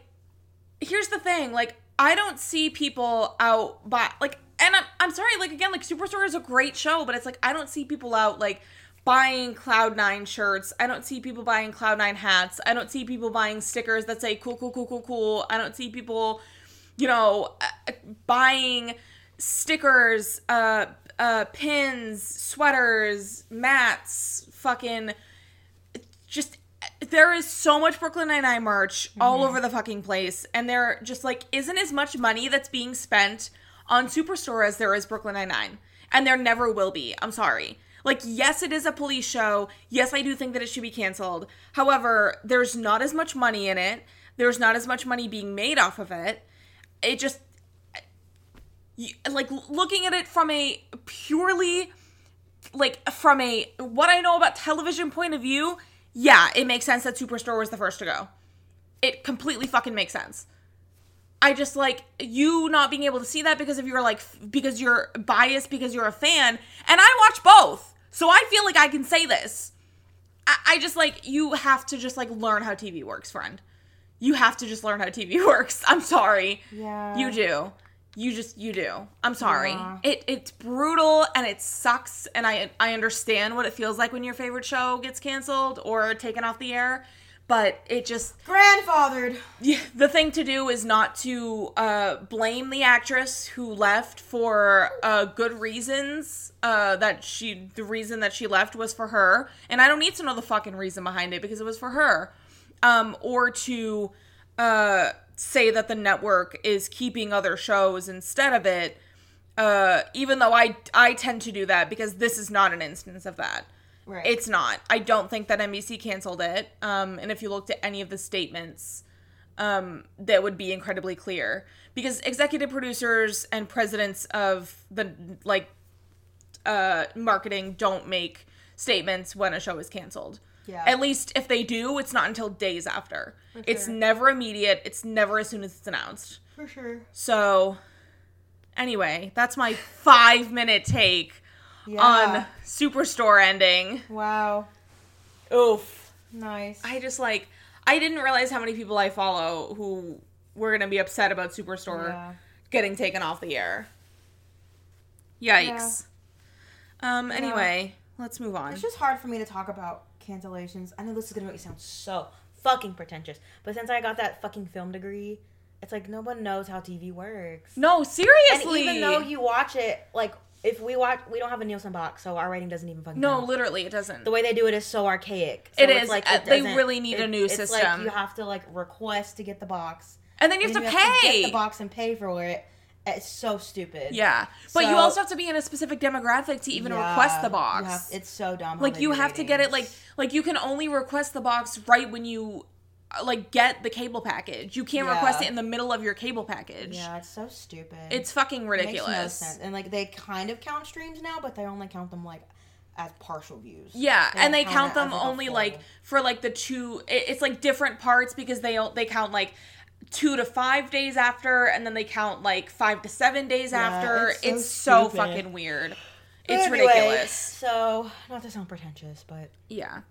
Speaker 1: here's the thing like i don't see people out by like and i'm, I'm sorry like again like superstore is a great show but it's like i don't see people out like buying cloud nine shirts i don't see people buying cloud nine hats i don't see people buying stickers that say cool cool cool cool cool i don't see people you know uh, buying stickers uh uh pins sweaters mats fucking just there is so much Brooklyn Nine Nine merch all over the fucking place, and there just like isn't as much money that's being spent on Superstore as there is Brooklyn Nine Nine, and there never will be. I'm sorry. Like, yes, it is a police show. Yes, I do think that it should be canceled. However, there's not as much money in it. There's not as much money being made off of it. It just you- like looking at it from a purely like from a what I know about television point of view, yeah, it makes sense that Superstore was the first to go. It completely fucking makes sense. I just like you not being able to see that because of your like f- because you're biased because you're a fan, and I watch both, so I feel like I can say this. I, I just like you have to just like learn how TV works, friend. You have to just learn how TV works. I'm sorry.
Speaker 2: Yeah.
Speaker 1: You do. You just you do. I'm sorry.
Speaker 2: Yeah.
Speaker 1: It it's brutal and it sucks and I I understand what it feels like when your favorite show gets canceled or taken off the air, but it just
Speaker 2: grandfathered.
Speaker 1: yeah, the thing to do is not to uh, blame the actress who left for uh, good reasons. Uh, that she, the reason that she left was for her, and I don't need to know the fucking reason behind it because it was for her. Um, or to uh, say that the network is keeping other shows instead of it. Uh, even though I I tend to do that because this is not an instance of that.
Speaker 2: Right.
Speaker 1: It's not. I don't think that NBC canceled it. Um, and if you looked at any of the statements, um, that would be incredibly clear because executive producers and presidents of the like uh, marketing don't make statements when a show is canceled.
Speaker 2: Yeah.
Speaker 1: At least if they do, it's not until days after. It's
Speaker 2: sure.
Speaker 1: never immediate. It's never as soon as it's announced.
Speaker 2: for sure.
Speaker 1: So, anyway, that's my five minute take
Speaker 2: Yeah.
Speaker 1: on Superstore ending.
Speaker 2: Wow.
Speaker 1: Oof.
Speaker 2: Nice.
Speaker 1: I just like I didn't realize how many people I follow who we're gonna be upset about Superstore
Speaker 2: Yeah.
Speaker 1: getting taken off the air. Yikes. Um. Anyway, let's move on.
Speaker 2: It's just hard for me to talk about cancellations. I know this is gonna make me sound so fucking pretentious, but since I got that fucking film degree, it's like no one knows how TV works.
Speaker 1: no,
Speaker 2: And
Speaker 1: seriously.
Speaker 2: even though you watch it, like if we watch, we don't have a Nielsen box, so our rating doesn't even fucking.
Speaker 1: no,
Speaker 2: count.
Speaker 1: literally, it doesn't.
Speaker 2: the way they do it is so archaic. So
Speaker 1: It
Speaker 2: it's
Speaker 1: is.
Speaker 2: Like,
Speaker 1: Uh, they
Speaker 2: doesn't-
Speaker 1: really need a new
Speaker 2: it's Like
Speaker 1: system.
Speaker 2: you have to like request to get the box.
Speaker 1: and then you have
Speaker 2: and
Speaker 1: to
Speaker 2: then you
Speaker 1: pay.
Speaker 2: get the box and pay for it. It's so stupid.
Speaker 1: yeah, but you
Speaker 2: So-
Speaker 1: also have to be in a specific demographic to even
Speaker 2: Yeah,
Speaker 1: request the
Speaker 2: you
Speaker 1: box.
Speaker 2: have- it's so dumb. how
Speaker 1: like
Speaker 2: they
Speaker 1: you
Speaker 2: do
Speaker 1: have to get it like
Speaker 2: ratings.
Speaker 1: like you can only request the box right when you uh, like get the cable package. You can't
Speaker 2: Yeah.
Speaker 1: request it in the middle of your cable package.
Speaker 2: Yeah, it's so stupid.
Speaker 1: It's fucking
Speaker 2: It makes no
Speaker 1: ridiculous.
Speaker 2: sense. And like they kind of count streams now, but they only count them like as partial views.
Speaker 1: Yeah,
Speaker 2: don't
Speaker 1: and they count
Speaker 2: it as,
Speaker 1: them
Speaker 2: like, a
Speaker 1: only
Speaker 2: full.
Speaker 1: like for like the two. It, it's like different parts because they don't- they count like two to five days after, and then they count like five to seven days
Speaker 2: Yeah,
Speaker 1: after.
Speaker 2: it's so
Speaker 1: It's so,
Speaker 2: stupid.
Speaker 1: fucking weird. It's
Speaker 2: Anyway,
Speaker 1: ridiculous.
Speaker 2: So not to sound pretentious, but
Speaker 1: Yeah.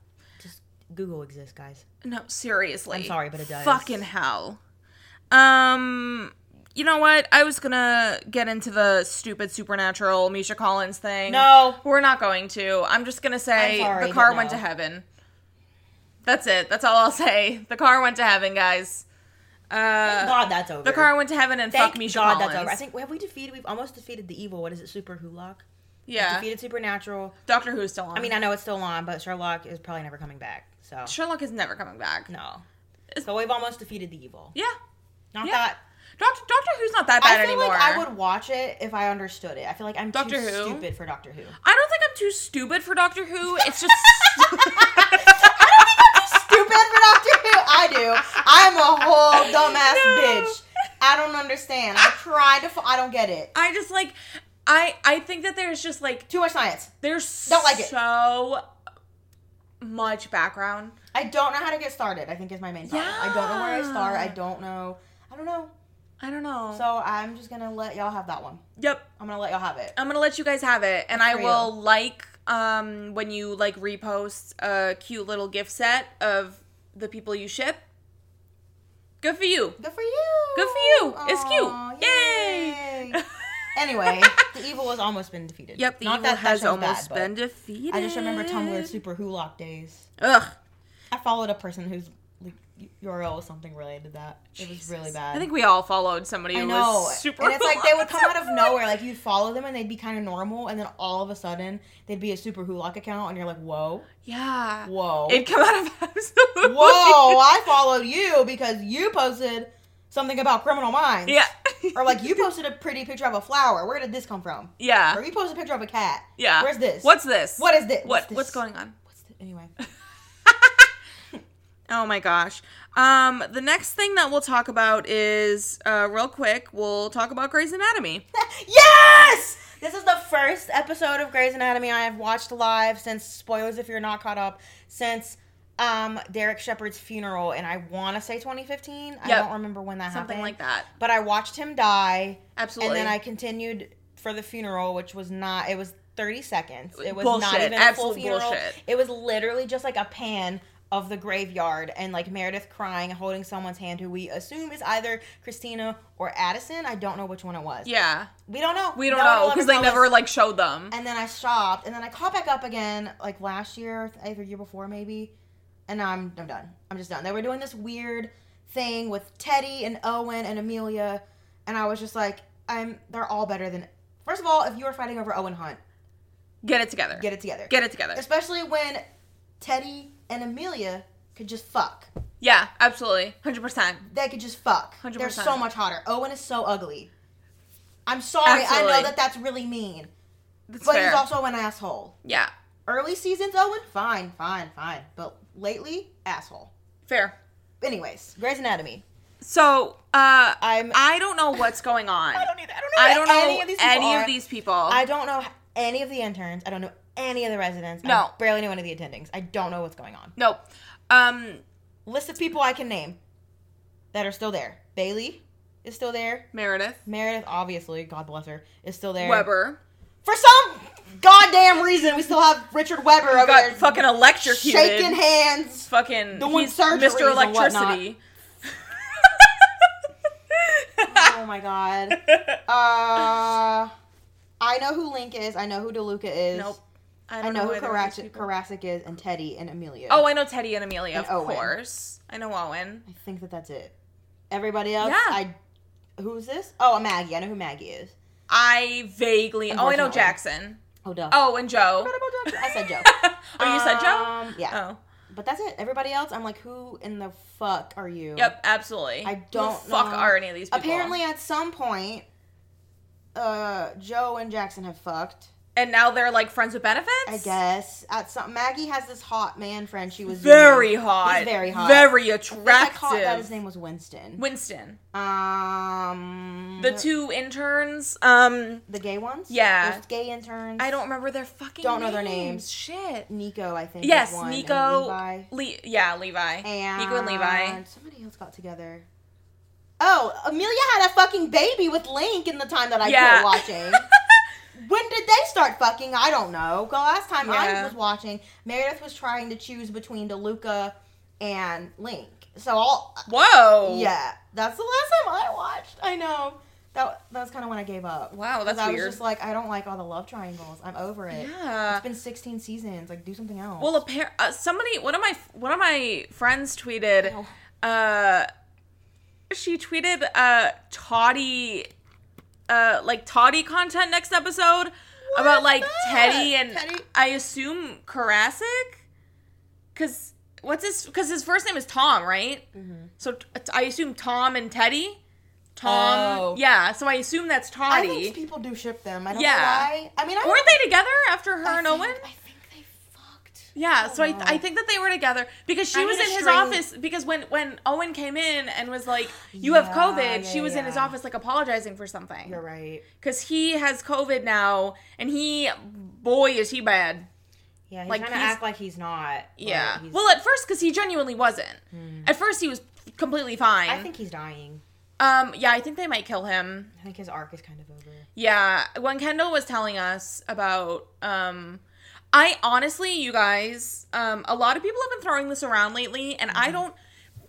Speaker 2: just Google exists, guys.
Speaker 1: No, seriously.
Speaker 2: I'm sorry, but it does.
Speaker 1: Fucking hell. Um. You know what? I was gonna get into the stupid supernatural Misha Collins thing.
Speaker 2: No.
Speaker 1: we're not going to. I'm just gonna say
Speaker 2: I'm sorry,
Speaker 1: the car
Speaker 2: but
Speaker 1: went
Speaker 2: no.
Speaker 1: to heaven. That's it. That's all I'll say. The car went to heaven, guys. Uh,
Speaker 2: God, that's over.
Speaker 1: the car went to heaven and
Speaker 2: Thank
Speaker 1: fuck Misha
Speaker 2: God
Speaker 1: Collins.
Speaker 2: that's over. I think have we defeated? We've almost defeated the evil. What is it? Super Hulock.
Speaker 1: yeah,
Speaker 2: Defeated Supernatural.
Speaker 1: Doctor Who's still on.
Speaker 2: I mean, I know it's still on, but Sherlock is probably never coming back. So
Speaker 1: Sherlock is never coming back.
Speaker 2: no. So we've almost defeated the evil.
Speaker 1: Yeah,
Speaker 2: Not
Speaker 1: Yeah.
Speaker 2: that
Speaker 1: Doctor Doctor Who's not that bad
Speaker 2: I feel
Speaker 1: anymore.
Speaker 2: like I would watch it if I understood it. I feel like I'm
Speaker 1: Doctor
Speaker 2: too
Speaker 1: Who?
Speaker 2: stupid for Doctor Who.
Speaker 1: I don't think I'm too stupid for Doctor Who. It's just
Speaker 2: stupid for Doctor Who? I do. I'm a whole dumbass
Speaker 1: No.
Speaker 2: bitch. I don't understand. I tried to. F- I don't get it.
Speaker 1: I just like I I think that there's just like
Speaker 2: Too much science.
Speaker 1: there's
Speaker 2: Don't like it.
Speaker 1: so much background.
Speaker 2: I don't know how to get started. I think is my main problem. I don't know where I start. I don't know. I don't know.
Speaker 1: I don't know.
Speaker 2: So I'm just gonna let y'all have that one.
Speaker 1: yep.
Speaker 2: I'm gonna let y'all have it.
Speaker 1: I'm gonna let you guys have it, and I
Speaker 2: for
Speaker 1: will like um when you like repost a cute little gift set of the people you ship. Good for you.
Speaker 2: Good for you.
Speaker 1: Good for you. It's cute.
Speaker 2: Aw,
Speaker 1: Yay.
Speaker 2: yay. anyway, the evil has almost been defeated.
Speaker 1: Yep, the
Speaker 2: Not
Speaker 1: evil
Speaker 2: that that
Speaker 1: has
Speaker 2: show's bad,
Speaker 1: almost
Speaker 2: but-
Speaker 1: been defeated.
Speaker 2: I just remember Tumblr super hulock days.
Speaker 1: Ugh.
Speaker 2: I followed a person whose like, URL was something related to that. It was really bad.
Speaker 1: I think we all followed somebody who
Speaker 2: I know.
Speaker 1: was super.
Speaker 2: and it's like they would come out of nowhere. Like you'd follow them and they'd be kind of normal, and then all of a sudden they'd be a super hulock account, and you're like, whoa,
Speaker 1: Yeah.
Speaker 2: whoa,
Speaker 1: It'd come out of absolutely.
Speaker 2: whoa! I followed you because you posted something about criminal minds.
Speaker 1: Yeah.
Speaker 2: Or like you posted a pretty picture of a flower. Where did this come from? Or
Speaker 1: yeah.
Speaker 2: you posted a picture of a cat.
Speaker 1: Yeah.
Speaker 2: Where's this?
Speaker 1: What's this?
Speaker 2: What is this?
Speaker 1: What?
Speaker 2: this?
Speaker 1: What's going on?
Speaker 2: What's this? Anyway.
Speaker 1: Oh my gosh. Um, the next thing that we'll talk about is uh, real quick. We'll talk about Grey's Anatomy.
Speaker 2: yes! This is the first episode of Grey's Anatomy I have watched live since spoilers if you're not caught up since um Derek Shepherd's funeral and I want to say 2015. I
Speaker 1: Yep.
Speaker 2: don't remember when that
Speaker 1: Something
Speaker 2: happened.
Speaker 1: like that.
Speaker 2: But I watched him die
Speaker 1: Absolutely.
Speaker 2: and then I continued for the funeral which was not it was 30 seconds. It was not
Speaker 1: Bullshit.
Speaker 2: even a full
Speaker 1: Absolute
Speaker 2: funeral.
Speaker 1: bullshit.
Speaker 2: It was literally just like a pan of the graveyard and like Meredith crying holding someone's hand who we assume is either Christina or Addison. I don't know which one it was.
Speaker 1: yeah.
Speaker 2: We don't know.
Speaker 1: We don't know
Speaker 2: No one will ever
Speaker 1: because they
Speaker 2: tell
Speaker 1: never
Speaker 2: us.
Speaker 1: like showed them.
Speaker 2: And then I stopped, and then I caught back up again, like last year, either year before maybe, and now I'm I'm done. I'm just done. They were doing this weird thing with Teddy and Owen and Amelia, and I was just like, I'm. They're all better than. First of all, if you are fighting over Owen Hunt,
Speaker 1: Get it together.
Speaker 2: get it together.
Speaker 1: Get it together.
Speaker 2: Especially when Teddy and Amelia could just fuck.
Speaker 1: Yeah. Absolutely. Hundred percent.
Speaker 2: They could just fuck. they are
Speaker 1: 100%.
Speaker 2: so much hotter. Owen is so ugly. I'm sorry. I
Speaker 1: Absolutely.
Speaker 2: know that that's really mean.
Speaker 1: That's
Speaker 2: But
Speaker 1: fair.
Speaker 2: he's also an asshole.
Speaker 1: yeah.
Speaker 2: Early seasons, Owen, fine, fine, fine. But lately, asshole.
Speaker 1: Fair.
Speaker 2: Anyways, Grey's Anatomy.
Speaker 1: So uh,
Speaker 2: I'm.
Speaker 1: I don't know what's going on.
Speaker 2: I don't either.
Speaker 1: I
Speaker 2: I
Speaker 1: don't
Speaker 2: don't
Speaker 1: know
Speaker 2: know who any of these people
Speaker 1: any
Speaker 2: are.
Speaker 1: of these people.
Speaker 2: I don't know any of the interns. I don't know any of the residents.
Speaker 1: No.
Speaker 2: I barely know any of the attendings. I don't know what's going on.
Speaker 1: nope. Um,
Speaker 2: List of people I can name that are still there. Bailey is still there.
Speaker 1: Meredith
Speaker 2: Meredith, obviously, God bless her, is still there.
Speaker 1: Weber
Speaker 2: For some goddamn reason, we still have Richard Weber over
Speaker 1: got
Speaker 2: there
Speaker 1: fucking electrocuted.
Speaker 2: shaking hands.
Speaker 1: Fucking
Speaker 2: Doing
Speaker 1: he's
Speaker 2: surgeries
Speaker 1: Mr.
Speaker 2: and whatnot.
Speaker 1: Electricity.
Speaker 2: Oh my god. Uh, I know who Link is. I know who DeLuca is.
Speaker 1: nope.
Speaker 2: I, know, who
Speaker 1: either of these
Speaker 2: Karasik,
Speaker 1: people-
Speaker 2: Karasik is and Teddy and Amelia.
Speaker 1: Oh, I know Teddy and Amelia,
Speaker 2: And
Speaker 1: of
Speaker 2: Owen.
Speaker 1: course. I know Owen.
Speaker 2: I think that that's it. Everybody else,
Speaker 1: Yeah.
Speaker 2: I. Who's this? Oh, Maggie. I know who Maggie is.
Speaker 1: I vaguely. Oh, I know
Speaker 2: Unfortunately.
Speaker 1: Jackson.
Speaker 2: Oh, duh.
Speaker 1: Oh, and Joe.
Speaker 2: Forgot about Jackson. I said Joe.
Speaker 1: oh, you said Joe?
Speaker 2: Um, yeah.
Speaker 1: Oh,
Speaker 2: But that's it. Everybody else, I'm like, who in the fuck are you?
Speaker 1: yep, absolutely.
Speaker 2: I
Speaker 1: Who the
Speaker 2: don't
Speaker 1: fuck
Speaker 2: know.
Speaker 1: are any of these people?
Speaker 2: Apparently, at some point, uh, Joe and Jackson have fucked.
Speaker 1: and now they're like friends with benefits.
Speaker 2: I guess at some Maggie has this hot man friend. She was
Speaker 1: Very
Speaker 2: dating.
Speaker 1: hot.
Speaker 2: He's very hot.
Speaker 1: Very
Speaker 2: I
Speaker 1: attractive.
Speaker 2: think I caught that his name was Winston.
Speaker 1: Winston.
Speaker 2: Um,
Speaker 1: The two interns. Um,
Speaker 2: the gay ones.
Speaker 1: Yeah.
Speaker 2: There's gay interns.
Speaker 1: I don't remember their fucking.
Speaker 2: Don't know their names.
Speaker 1: Shit.
Speaker 2: Nico, I think. is
Speaker 1: Yes,
Speaker 2: one, and
Speaker 1: Nico.
Speaker 2: Levi.
Speaker 1: Le- yeah, Levi.
Speaker 2: And
Speaker 1: Nico and Levi.
Speaker 2: Somebody else got together. Oh, Amelia had a fucking baby with Link in the time that I
Speaker 1: Yeah.
Speaker 2: quit watching. when did they start fucking? I don't know. The last time I
Speaker 1: Yeah.
Speaker 2: was watching, Meredith was trying to choose between DeLuca and Link. So all
Speaker 1: Whoa.
Speaker 2: yeah, that's the last time I watched. I know that that's kind of when I gave up.
Speaker 1: Wow,
Speaker 2: 'Cause
Speaker 1: that's
Speaker 2: I
Speaker 1: weird.
Speaker 2: was just like, I don't like all the love triangles. I'm over it.
Speaker 1: Yeah.
Speaker 2: It's been 16 seasons. Like, do something else.
Speaker 1: Well, appar- uh, somebody, one of my one of my friends tweeted,
Speaker 2: Ow.
Speaker 1: uh, she tweeted, uh, toddy, uh, like toddy content next episode about
Speaker 2: is
Speaker 1: like
Speaker 2: that?
Speaker 1: Teddy and
Speaker 2: Teddy-
Speaker 1: I assume Karasik, because what's his because his first name is Tom, right?
Speaker 2: Mm-hmm.
Speaker 1: So t- I assume Tom and Teddy, Tom,
Speaker 2: Oh.
Speaker 1: yeah. So I assume that's
Speaker 2: I
Speaker 1: Toddy.
Speaker 2: think people do ship them. I don't
Speaker 1: Yeah.
Speaker 2: know why. I mean, I
Speaker 1: Weren't
Speaker 2: don't-
Speaker 1: they together after her
Speaker 2: I
Speaker 1: and
Speaker 2: think-
Speaker 1: Owen?
Speaker 2: I think they fucked.
Speaker 1: Yeah, so I,
Speaker 2: don't know.
Speaker 1: I think that they were together because she
Speaker 2: I
Speaker 1: was
Speaker 2: need
Speaker 1: in
Speaker 2: a
Speaker 1: his
Speaker 2: string.
Speaker 1: office because when when Owen came in and was like, "You have
Speaker 2: Yeah,
Speaker 1: COVID," she
Speaker 2: yeah,
Speaker 1: was in his
Speaker 2: yeah.
Speaker 1: office like apologizing for something
Speaker 2: You're right.
Speaker 1: because he has COVID now and he, boy, is he bad.
Speaker 2: Yeah, he's
Speaker 1: Like,
Speaker 2: trying to
Speaker 1: he's-
Speaker 2: act like he's not. but
Speaker 1: Yeah.
Speaker 2: he's- Hmm.
Speaker 1: Well, at first because he genuinely wasn't. At first he was completely fine.
Speaker 2: I think he's dying.
Speaker 1: Um. Yeah, I think they might kill him.
Speaker 2: I think his arc is kind of over.
Speaker 1: Yeah, when Kendall was telling us about um I honestly, you guys, um a lot of people have been throwing this around lately and
Speaker 2: Mm-hmm.
Speaker 1: I don't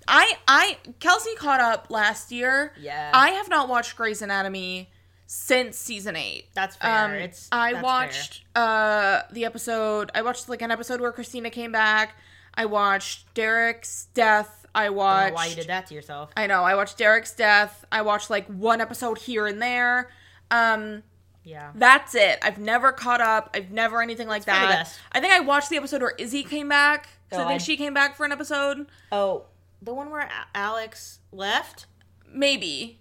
Speaker 1: I I Kelsey caught up last year.
Speaker 2: Yeah.
Speaker 1: I have not watched Grey's Anatomy since season 8.
Speaker 2: That's fair.
Speaker 1: Um,
Speaker 2: it's.
Speaker 1: I
Speaker 2: that's
Speaker 1: watched uh the episode. I watched like an episode where Christina came back. I watched Derek's death. I
Speaker 2: fair. Oh, I
Speaker 1: watched
Speaker 2: don't know why you did that to yourself?
Speaker 1: I know. I watched Derek's death. I watched like one episode here and there. Um,
Speaker 2: Yeah.
Speaker 1: that's it. I've never caught up. I've never anything like
Speaker 2: for the
Speaker 1: that.
Speaker 2: best.
Speaker 1: I think I watched the episode where Izzy came back. 'cause I
Speaker 2: Oh,
Speaker 1: think
Speaker 2: I-
Speaker 1: she came back for an episode.
Speaker 2: Oh, the one where A- Alex left.
Speaker 1: Maybe.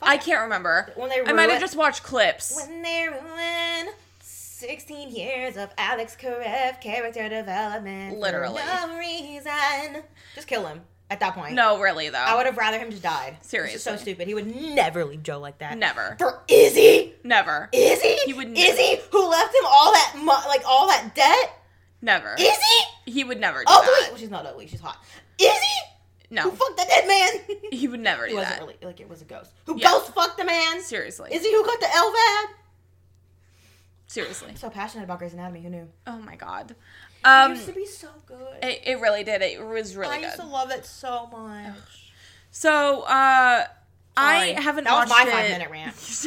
Speaker 2: Fuck.
Speaker 1: I can't remember.
Speaker 2: When they
Speaker 1: I might have
Speaker 2: ruin-
Speaker 1: just watched clips.
Speaker 2: When they ruin 16 years of Alex Karev character development. for
Speaker 1: Literally.
Speaker 2: no reason. Just kill him at that point.
Speaker 1: no, really though.
Speaker 2: I would have rather him just died. This is so
Speaker 1: Seriously.
Speaker 2: stupid. He would never leave Joe like that.
Speaker 1: never.
Speaker 2: For Izzy,
Speaker 1: Never.
Speaker 2: Izzy,
Speaker 1: He would never.
Speaker 2: Izzy, who left him all that mo- like all that debt.
Speaker 1: Never.
Speaker 2: Izzy,
Speaker 1: He would never do
Speaker 2: ugly.
Speaker 1: that.
Speaker 2: Well, she's not ugly. She's hot. Izzy, Oh, who
Speaker 1: No.
Speaker 2: fucked the dead man.
Speaker 1: He would never
Speaker 2: it
Speaker 1: do
Speaker 2: wasn't
Speaker 1: that.
Speaker 2: really like it was a ghost. Who
Speaker 1: Yeah.
Speaker 2: ghost fucked the man?
Speaker 1: Seriously.
Speaker 2: Izzy, who got the LVAD?
Speaker 1: Seriously.
Speaker 2: I'm so passionate about Grey's Anatomy. Who knew?
Speaker 1: Oh my god.
Speaker 2: it
Speaker 1: Um
Speaker 2: used to be so good.
Speaker 1: it, it really did. It was really
Speaker 2: I
Speaker 1: good.
Speaker 2: used to love it so much.
Speaker 1: So uh I
Speaker 2: Sorry.
Speaker 1: haven't
Speaker 2: That was
Speaker 1: watched
Speaker 2: my
Speaker 1: it.
Speaker 2: five-minute rant.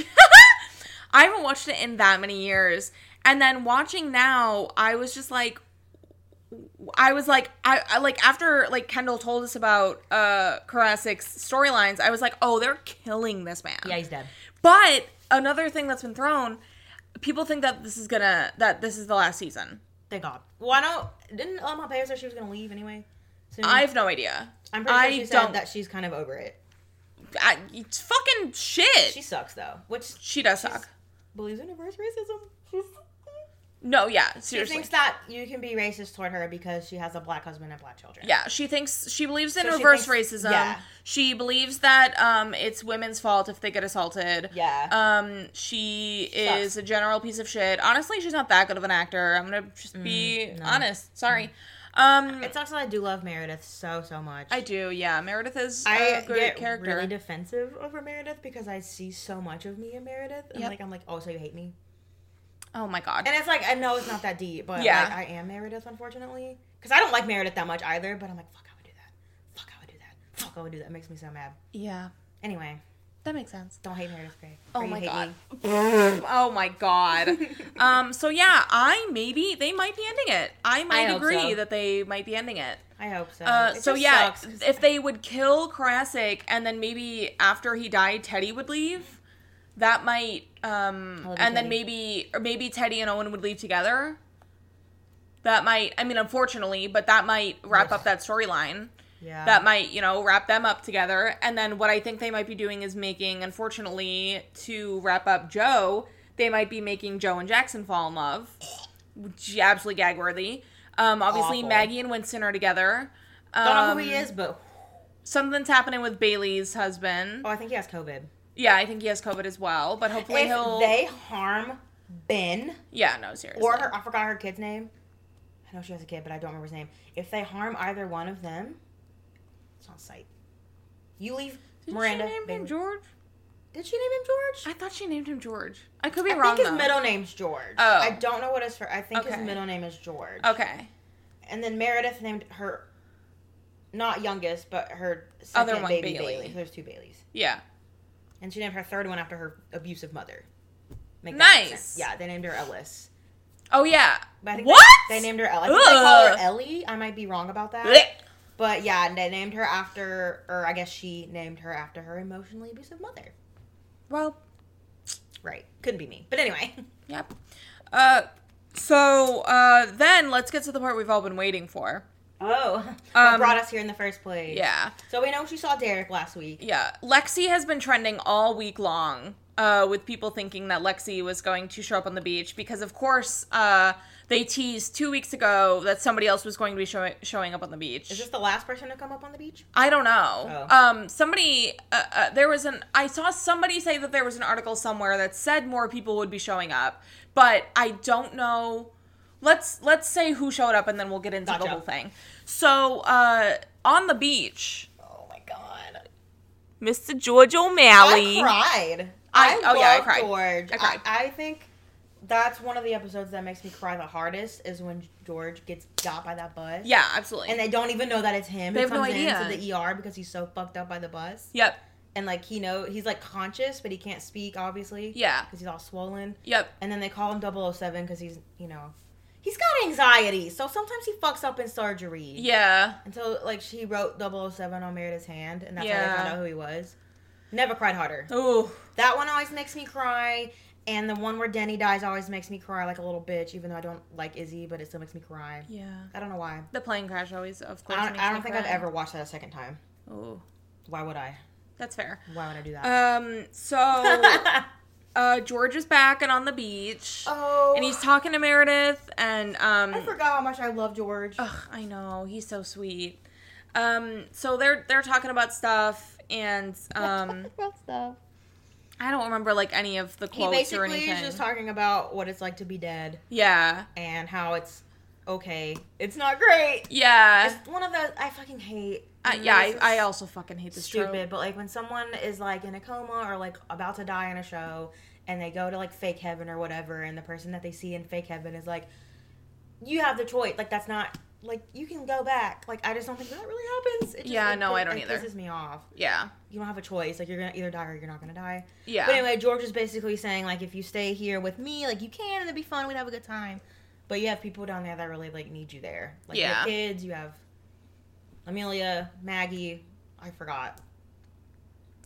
Speaker 1: I haven't watched it in that many years. And then watching now, I was just like I was like I, I like after like Kendall told us about uh Karasik's storylines, I was like, "Oh, they're killing this man."
Speaker 2: Yeah, he's dead.
Speaker 1: But another thing that's been thrown, people think that this is going to that this is the last season.
Speaker 2: Thank God. Why don't? Didn't Elma Payne say she was gonna leave anyway? Soon?
Speaker 1: I have no idea.
Speaker 2: Mm. I'm pretty sure she
Speaker 1: I
Speaker 2: said
Speaker 1: don't-
Speaker 2: that she's kind of over it.
Speaker 1: I, it's fucking shit.
Speaker 2: She sucks though, which
Speaker 1: she does suck.
Speaker 2: believes in reverse racism. She's,
Speaker 1: No, yeah,
Speaker 2: she
Speaker 1: seriously.
Speaker 2: thinks that you can be racist toward her because she has a black husband and black children.
Speaker 1: Yeah, she thinks she believes in
Speaker 2: So she
Speaker 1: reverse
Speaker 2: thinks-
Speaker 1: racism.
Speaker 2: yeah.
Speaker 1: She believes that um, it's women's fault if they get assaulted.
Speaker 2: Yeah.
Speaker 1: Um, she is a general piece of shit. Honestly, she's not that good of an actor. I'm gonna just
Speaker 2: Mm,
Speaker 1: be honest. Sorry. Um,
Speaker 2: It sucks that I do love Meredith so so much.
Speaker 1: I do. Yeah, Meredith is
Speaker 2: I
Speaker 1: a great
Speaker 2: get
Speaker 1: character.
Speaker 2: really defensive over Meredith because I see so much of me in Meredith, and
Speaker 1: Yep.
Speaker 2: like I'm like, oh, so you hate me?
Speaker 1: oh my god.
Speaker 2: And it's like I know it's not that deep, but
Speaker 1: Yeah.
Speaker 2: like, I am Meredith unfortunately because I don't like Meredith that much either. But I'm like, fuck, I would do that. Fuck, I would do that. Fuck, I would do that. It makes me so mad.
Speaker 1: yeah.
Speaker 2: Anyway,
Speaker 1: That makes sense.
Speaker 2: Don't hate me or disagree.
Speaker 1: Oh
Speaker 2: Or you
Speaker 1: my
Speaker 2: hate
Speaker 1: god.
Speaker 2: me.
Speaker 1: oh my god. Um so yeah, I maybe they might be ending it. I might
Speaker 2: hope
Speaker 1: agree
Speaker 2: so.
Speaker 1: that they might be ending it.
Speaker 2: I hope so.
Speaker 1: Uh,
Speaker 2: It
Speaker 1: so
Speaker 2: just
Speaker 1: yeah,
Speaker 2: sucks 'cause
Speaker 1: if they would kill Karasik and then maybe after he died Teddy would leave, that might um
Speaker 2: I love you,
Speaker 1: and then
Speaker 2: Teddy.
Speaker 1: maybe or maybe Teddy and Owen would leave together. That might I mean unfortunately, but that might wrap
Speaker 2: Yes.
Speaker 1: up that storyline
Speaker 2: yeah.
Speaker 1: that might you know wrap them up together and then what i think they might be doing is making unfortunately to wrap up joe they might be making joe and jackson fall in love which is absolutely gag worthy um obviously
Speaker 2: Awful.
Speaker 1: maggie and winston are together um,
Speaker 2: don't know who he is, but
Speaker 1: something's happening with bailey's husband
Speaker 2: oh, I think he has COVID.
Speaker 1: yeah i think he has covid as well but hopefully
Speaker 2: if
Speaker 1: he'll
Speaker 2: they harm Ben
Speaker 1: yeah no seriously
Speaker 2: or her, I forgot her kid's name. I know she has a kid, but I don't remember his name. If they harm either one of them, it's on site. You leave
Speaker 1: Didn't
Speaker 2: Miranda.
Speaker 1: she name him
Speaker 2: Bailey-
Speaker 1: george
Speaker 2: Did she name him George?
Speaker 1: i thought she named him george i could be
Speaker 2: I
Speaker 1: wrong
Speaker 2: think his
Speaker 1: though.
Speaker 2: middle name's George.
Speaker 1: Oh.
Speaker 2: I don't know what his first. I think
Speaker 1: Okay. Oh.
Speaker 2: his middle name is George.
Speaker 1: okay
Speaker 2: And then Meredith named her, not youngest, but her second
Speaker 1: Other one,
Speaker 2: baby
Speaker 1: Bailey.
Speaker 2: Bailey. There's two Baileys,
Speaker 1: yeah
Speaker 2: and she named her third one after her abusive mother. Make that
Speaker 1: Nice.
Speaker 2: make sense. Yeah, they named her Ellis.
Speaker 1: oh yeah
Speaker 2: But I think
Speaker 1: what
Speaker 2: They, they named her Ellis. I think they call
Speaker 1: Ugh.
Speaker 2: her Ellie. I might be wrong about that.
Speaker 1: Blech.
Speaker 2: But yeah, and they named her after, or I guess she named her after her emotionally abusive mother.
Speaker 1: well
Speaker 2: Right. Couldn't be me. But anyway.
Speaker 1: Yep. Uh, so uh, then let's get to the part we've all been waiting for.
Speaker 2: Oh.
Speaker 1: Um,
Speaker 2: what brought us here in the first place.
Speaker 1: Yeah,
Speaker 2: So we know she saw Derek last week.
Speaker 1: yeah. Lexi has been trending all week long. Uh, with people thinking that Lexi was going to show up on the beach because, of course, uh, they teased two weeks ago that somebody else was going to be showing showing up on the beach.
Speaker 2: Is this the last person to come up on the beach?
Speaker 1: I don't know.
Speaker 2: Oh.
Speaker 1: Um, somebody uh, uh, there was an I saw somebody say that there was an article somewhere that said more people would be showing up, but I don't know. Let's let's say who showed up and then we'll get into the
Speaker 2: Gotcha.
Speaker 1: whole thing. So uh, on the beach,
Speaker 2: Oh my god.
Speaker 1: Mr. George O'Malley.
Speaker 2: I cried.
Speaker 1: I- oh, yeah, I
Speaker 2: love
Speaker 1: cried.
Speaker 2: George.
Speaker 1: I cried.
Speaker 2: I, I think that's one of the episodes that makes me cry the hardest is when George gets got by that bus.
Speaker 1: Yeah, absolutely.
Speaker 2: And they don't even know that it's him.
Speaker 1: They
Speaker 2: He
Speaker 1: have no
Speaker 2: comes in
Speaker 1: idea.
Speaker 2: to the ER because he's so fucked up by the bus.
Speaker 1: yep,
Speaker 2: And like he know he's like conscious, but he can't speak obviously.
Speaker 1: Yeah.
Speaker 2: Because he's all swollen.
Speaker 1: yep.
Speaker 2: And then they call him 007 because he's you know he's got anxiety, so sometimes he fucks up in surgery.
Speaker 1: Yeah.
Speaker 2: And so like she wrote 007 on Meredith's hand, and that's how
Speaker 1: Yeah.
Speaker 2: they found out who he was. Never cried harder.
Speaker 1: Ooh.
Speaker 2: That one always makes me cry. And the one where Denny dies always makes me cry like a little bitch, even though I don't like Izzy, but it still makes me cry.
Speaker 1: Yeah.
Speaker 2: I don't know why.
Speaker 1: The plane crash always, of course.
Speaker 2: I don't,
Speaker 1: makes
Speaker 2: I
Speaker 1: me
Speaker 2: don't think
Speaker 1: cry.
Speaker 2: I've ever watched that a second time.
Speaker 1: Ooh,
Speaker 2: Why would I?
Speaker 1: that's fair.
Speaker 2: Why would I do that?
Speaker 1: Um. So. uh, George is back and on the beach,
Speaker 2: oh,
Speaker 1: and he's talking to Meredith, and um,
Speaker 2: I forgot how much I love George.
Speaker 1: ugh, I know he's so sweet. Um, so they're they're talking about stuff, and um,
Speaker 2: stuff.
Speaker 1: I don't remember like any of the
Speaker 2: He
Speaker 1: quotes or
Speaker 2: basically is
Speaker 1: anything.
Speaker 2: just talking about what it's like to be dead
Speaker 1: yeah,
Speaker 2: and how it's okay. It's not great.
Speaker 1: yeah,
Speaker 2: It's one of those I fucking hate.
Speaker 1: uh, yeah. I,
Speaker 2: This is
Speaker 1: I also fucking hate this
Speaker 2: stupid,
Speaker 1: trope.
Speaker 2: but like when someone is like in a coma or like about to die in a show and they go to like fake heaven or whatever and the person that they see in fake heaven is like you have the choice. Like that's not like you can go back. Like I just don't think that really happens. It just,
Speaker 1: Yeah,
Speaker 2: like,
Speaker 1: no, I
Speaker 2: it-
Speaker 1: don't
Speaker 2: it
Speaker 1: either.
Speaker 2: pisses me off.
Speaker 1: Yeah,
Speaker 2: You don't have a choice. Like you're gonna either die or you're not gonna die.
Speaker 1: yeah.
Speaker 2: But anyway, George is basically saying like if you stay here with me, like you can and it'd be fun, we'd have a good time. But you have people down there that really like need you there. Like you
Speaker 1: Yeah.
Speaker 2: have kids, you have Amelia, Maggie, I forgot.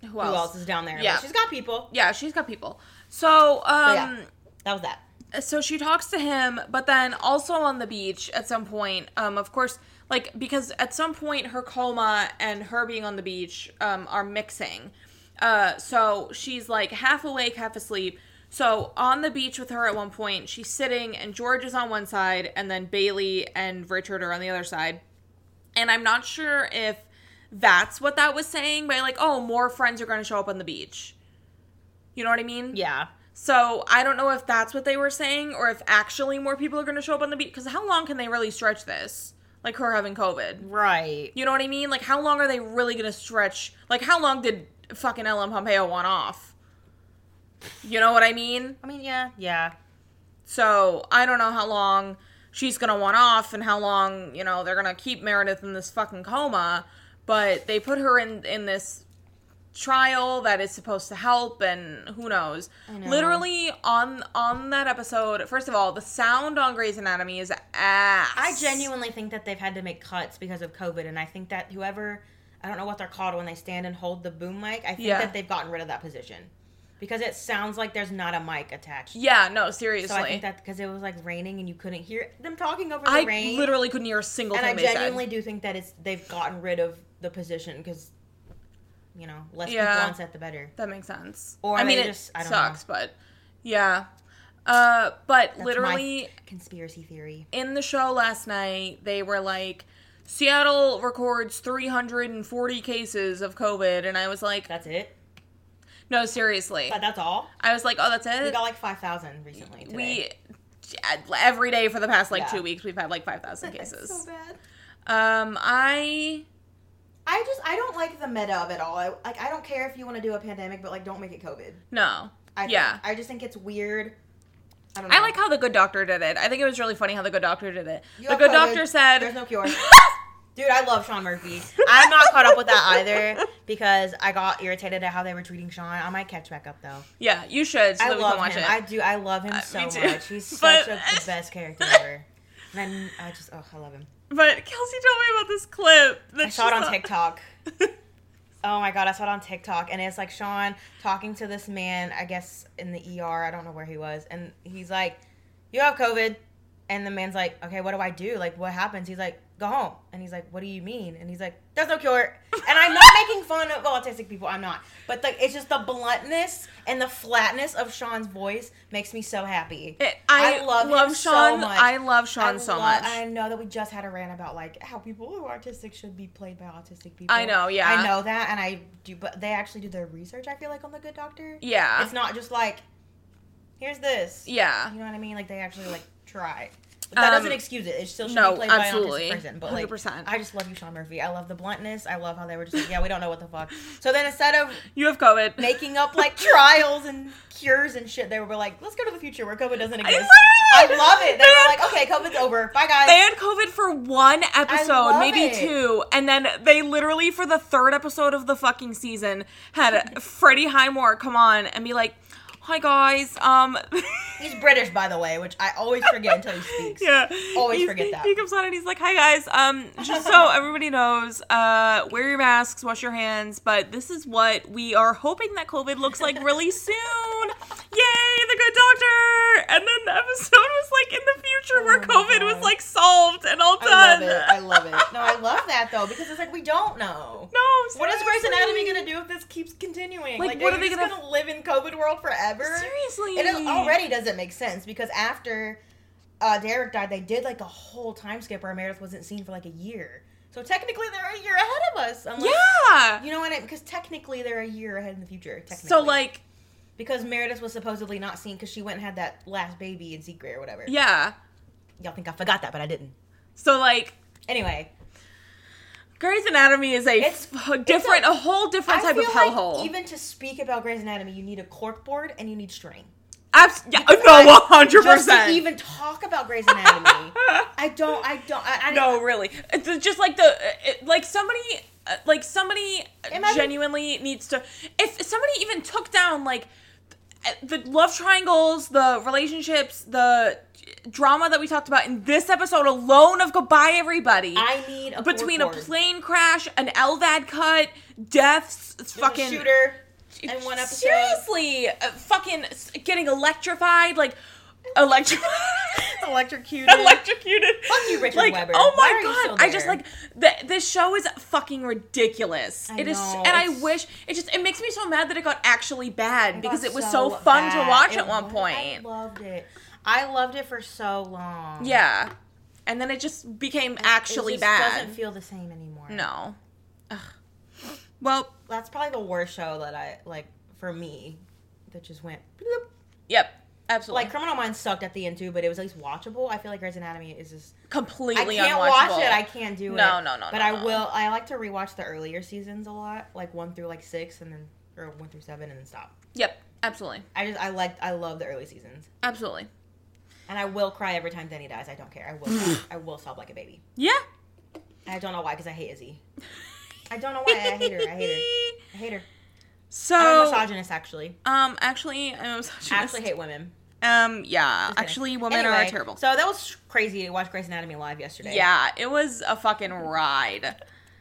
Speaker 1: who else?
Speaker 2: Who else is down there?
Speaker 1: Yeah.
Speaker 2: But she's got people.
Speaker 1: Yeah, she's got people. So um.
Speaker 2: yeah. That was that.
Speaker 1: so she talks to him, but then also on the beach at some point, um, of course, like because at some point her coma and her being on the beach um, are mixing. Uh, so she's like half awake, half asleep. So on the beach with her at one point, she's sitting and George is on one side, and then Bailey and Richard are on the other side. And I'm not sure if that's what that was saying by like, oh, more friends are going to show up on the beach. You know what I mean?
Speaker 2: Yeah.
Speaker 1: So I don't know if that's what they were saying or if actually more people are going to show up on the beach. Because how long can they really stretch this? Like her having COVID.
Speaker 2: Right.
Speaker 1: You know what I mean? Like how long are they really going to stretch? Like how long did fucking Ellen Pompeo want off? You know what I mean?
Speaker 2: I mean, yeah, yeah.
Speaker 1: So I don't know how long she's going to want off and how long, you know, they're going to keep Meredith in this fucking coma. But they put her in, in this trial that is supposed to help and who knows.
Speaker 2: I know.
Speaker 1: Literally on on that episode, first of all, the sound on Grey's Anatomy is ass.
Speaker 2: I
Speaker 1: I
Speaker 2: genuinely think that they've had to make cuts because of COVID, and I think that whoever, I don't know what they're called when they stand and hold the boom mic. I think
Speaker 1: Yeah.
Speaker 2: that they've gotten rid of that position because it sounds like there's not a mic attached.
Speaker 1: Yeah, no, seriously.
Speaker 2: So I think that because it was like raining and you couldn't hear them talking over the
Speaker 1: I
Speaker 2: rain.
Speaker 1: literally couldn't hear a single
Speaker 2: and I
Speaker 1: thing they
Speaker 2: genuinely
Speaker 1: said.
Speaker 2: do think that it's they've gotten rid of the position because, you know, less
Speaker 1: Yeah.
Speaker 2: people on set the better.
Speaker 1: That makes sense.
Speaker 2: Or
Speaker 1: I mean,
Speaker 2: they
Speaker 1: it
Speaker 2: just- I don't
Speaker 1: sucks, but yeah. Uh, but
Speaker 2: That's my
Speaker 1: literally,
Speaker 2: conspiracy theory.
Speaker 1: in the show last night, they were like, Seattle records 340 cases of COVID. And I was like,
Speaker 2: That's it.
Speaker 1: no, seriously.
Speaker 2: But that's all.
Speaker 1: I was like, oh, that's
Speaker 2: We
Speaker 1: it?
Speaker 2: got like five thousand recently. Today.
Speaker 1: We, every day for the past like
Speaker 2: Yeah.
Speaker 1: two weeks, we've had like 5,000
Speaker 2: That's
Speaker 1: cases.
Speaker 2: so bad.
Speaker 1: um, I,
Speaker 2: I just I don't like the meta of it all. I, like I don't care if you want to do a pandemic, but like don't make it COVID.
Speaker 1: no.
Speaker 2: I
Speaker 1: Yeah.
Speaker 2: I just think it's weird. I don't know.
Speaker 1: I like how the good doctor did it. I think it was really funny how the good doctor did it.
Speaker 2: You
Speaker 1: the
Speaker 2: have
Speaker 1: good
Speaker 2: COVID.
Speaker 1: doctor said,
Speaker 2: There's no cure. Dude, I love Sean Murphy. I'm not caught up with that either because I got irritated at how they were treating Sean. I might catch back up though.
Speaker 1: yeah, you should so
Speaker 2: I
Speaker 1: that we can
Speaker 2: love
Speaker 1: watch
Speaker 2: him.
Speaker 1: it.
Speaker 2: I do. I love him
Speaker 1: Uh,
Speaker 2: so
Speaker 1: me too.
Speaker 2: much. He's
Speaker 1: But-
Speaker 2: such a, the best character ever. And I, I just oh I love him.
Speaker 1: but Kelsey told me about this clip. That
Speaker 2: I saw it
Speaker 1: she
Speaker 2: on TikTok. Oh my god, I saw it on TikTok, and it's like Sean talking to this man, I guess in the ER, I don't know where he was, and he's like, "You have COVID," and the man's like, "Okay, what do I do? Like, what happens?" He's like, "Go home," and he's like, "What do you mean?" And he's like, "There's no cure," and I'm not making fun of autistic people, I'm not, but like it's just the bluntness and the flatness of Sean's voice makes me so happy.
Speaker 1: It- I,
Speaker 2: I
Speaker 1: love,
Speaker 2: love him so
Speaker 1: Sean.
Speaker 2: much.
Speaker 1: I love Sean
Speaker 2: I
Speaker 1: so
Speaker 2: lo-
Speaker 1: much.
Speaker 2: I know that we just had a rant about like how people who are autistic should be played by autistic people.
Speaker 1: I know, yeah.
Speaker 2: I know that, and I do, but they actually do their research. I feel like on the Good Doctor,
Speaker 1: yeah,
Speaker 2: it's not just like, here's this.
Speaker 1: yeah.
Speaker 2: You know what I mean? Like they actually like try. But
Speaker 1: Um,
Speaker 2: that doesn't excuse it. It still should
Speaker 1: no,
Speaker 2: be played
Speaker 1: absolutely.
Speaker 2: by an autistic person. But like,
Speaker 1: 100%.
Speaker 2: I just love you, Sean Murphy. I love the bluntness. I love how they were just like, yeah, we don't know what the fuck. So then instead of
Speaker 1: You have COVID.
Speaker 2: making up like trials and cures and shit, they were like, let's go to the future where COVID doesn't
Speaker 1: I
Speaker 2: exist. I
Speaker 1: literally-
Speaker 2: love it. They were like, okay, COVID's over. Bye, guys.
Speaker 1: They had COVID for one episode,
Speaker 2: love
Speaker 1: maybe
Speaker 2: it.
Speaker 1: two, and then they literally for the third episode of the fucking season had Freddie Highmore come on and be like, "Hi guys, um,
Speaker 2: He's British, by the way, which I always forget until he speaks.
Speaker 1: yeah,
Speaker 2: Always
Speaker 1: He's-
Speaker 2: forget that.
Speaker 1: He comes on and he's like, "Hi guys, um, just so everybody knows, uh, wear your masks, wash your hands, but this is what we are hoping that COVID looks like really soon." Yay, the good doctor! And then the episode was like in the future where
Speaker 2: Oh my
Speaker 1: COVID
Speaker 2: God.
Speaker 1: was like solved and all done.
Speaker 2: I love it. I love it. No, I love that though because it's like we don't know.
Speaker 1: No,
Speaker 2: What is Grey's
Speaker 1: seriously.
Speaker 2: Anatomy gonna do if this keeps continuing?
Speaker 1: Like,
Speaker 2: Like,
Speaker 1: what
Speaker 2: are,
Speaker 1: are
Speaker 2: you
Speaker 1: they
Speaker 2: just
Speaker 1: gonna-
Speaker 2: gonna... live in COVID world forever?
Speaker 1: Seriously,
Speaker 2: It al- already doesn't make sense because after uh, Derek died, they did like a whole time skip where Meredith wasn't seen for like a year. So technically, they're a year ahead of us. Unless,
Speaker 1: Yeah.
Speaker 2: You know what? I Because technically, they're a year ahead in the future. Technically.
Speaker 1: So like,
Speaker 2: because Meredith was supposedly not seen because she went and had that last baby in secret or whatever.
Speaker 1: yeah.
Speaker 2: Y'all think I forgot that, but I didn't.
Speaker 1: So like,
Speaker 2: Anyway,
Speaker 1: Grey's Anatomy is a
Speaker 2: It's-
Speaker 1: f- different,
Speaker 2: a-
Speaker 1: a, whole different
Speaker 2: I
Speaker 1: type of
Speaker 2: feel like
Speaker 1: hellhole.
Speaker 2: even to speak about Grey's Anatomy, you need a corkboard and you need string.
Speaker 1: Abs- yeah,
Speaker 2: I-
Speaker 1: no, one hundred
Speaker 2: Just to
Speaker 1: percent.
Speaker 2: even talk about Grey's Anatomy, I don't. I don't. I, I
Speaker 1: No, really. It's just like the it, like somebody uh, like somebody
Speaker 2: Imagine-
Speaker 1: genuinely needs to. If somebody even took down like the love triangles, the relationships, the drama that we talked about in this episode alone of Goodbye Everybody.
Speaker 2: I need a
Speaker 1: between a
Speaker 2: corkboard.
Speaker 1: plane crash, an LVAD cut, deaths,
Speaker 2: There's a
Speaker 1: fucking
Speaker 2: shooter in one episode.
Speaker 1: Seriously, uh, fucking s- getting electrified, like electrified.
Speaker 2: Electrocuted.
Speaker 1: Electrocuted.
Speaker 2: Fuck you, Richard
Speaker 1: like,
Speaker 2: Weber.
Speaker 1: Oh
Speaker 2: Why are
Speaker 1: my
Speaker 2: you still
Speaker 1: god! I just
Speaker 2: there?
Speaker 1: like th- this show is fucking ridiculous.
Speaker 2: I
Speaker 1: it is,
Speaker 2: know,
Speaker 1: and I
Speaker 2: it's-
Speaker 1: wish it just it makes me so mad that it got actually bad because
Speaker 2: got
Speaker 1: it was so,
Speaker 2: so
Speaker 1: fun to
Speaker 2: bad.
Speaker 1: watch
Speaker 2: It
Speaker 1: at one
Speaker 2: was. I
Speaker 1: point.
Speaker 2: loved it. I loved it for so long.
Speaker 1: Yeah, and then it just became actually
Speaker 2: it just
Speaker 1: bad.
Speaker 2: Doesn't feel the same anymore.
Speaker 1: no. Ugh. Well,
Speaker 2: that's probably the worst show that I like for me that just went bloop.
Speaker 1: yep, absolutely.
Speaker 2: like Criminal Minds sucked at the end too, but it was at least watchable. I feel like Grey's Anatomy is just
Speaker 1: completely
Speaker 2: I can't
Speaker 1: unwatchable.
Speaker 2: watch it. I can't do it.
Speaker 1: No, no, no,
Speaker 2: But
Speaker 1: no,
Speaker 2: I
Speaker 1: no.
Speaker 2: will. I like to rewatch the earlier seasons a lot, like one through like six, and then or one through seven, and then stop.
Speaker 1: Yep, absolutely,
Speaker 2: I just I like I love the early seasons,
Speaker 1: absolutely.
Speaker 2: and I will cry every time Denny dies. I don't care. I will. cry. I will sob like a baby.
Speaker 1: Yeah.
Speaker 2: I don't know why because I hate Izzy. I don't know why I hate her. I hate her. I hate her. I'm a
Speaker 1: So,
Speaker 2: misogynist, actually.
Speaker 1: um, actually, I'm a misogynist.
Speaker 2: I actually hate women.
Speaker 1: Um, yeah,
Speaker 2: Just kidding.
Speaker 1: actually, women
Speaker 2: Anyway,
Speaker 1: are terrible.
Speaker 2: So that was crazy to watch Grey's Anatomy live yesterday.
Speaker 1: yeah, it was a fucking ride.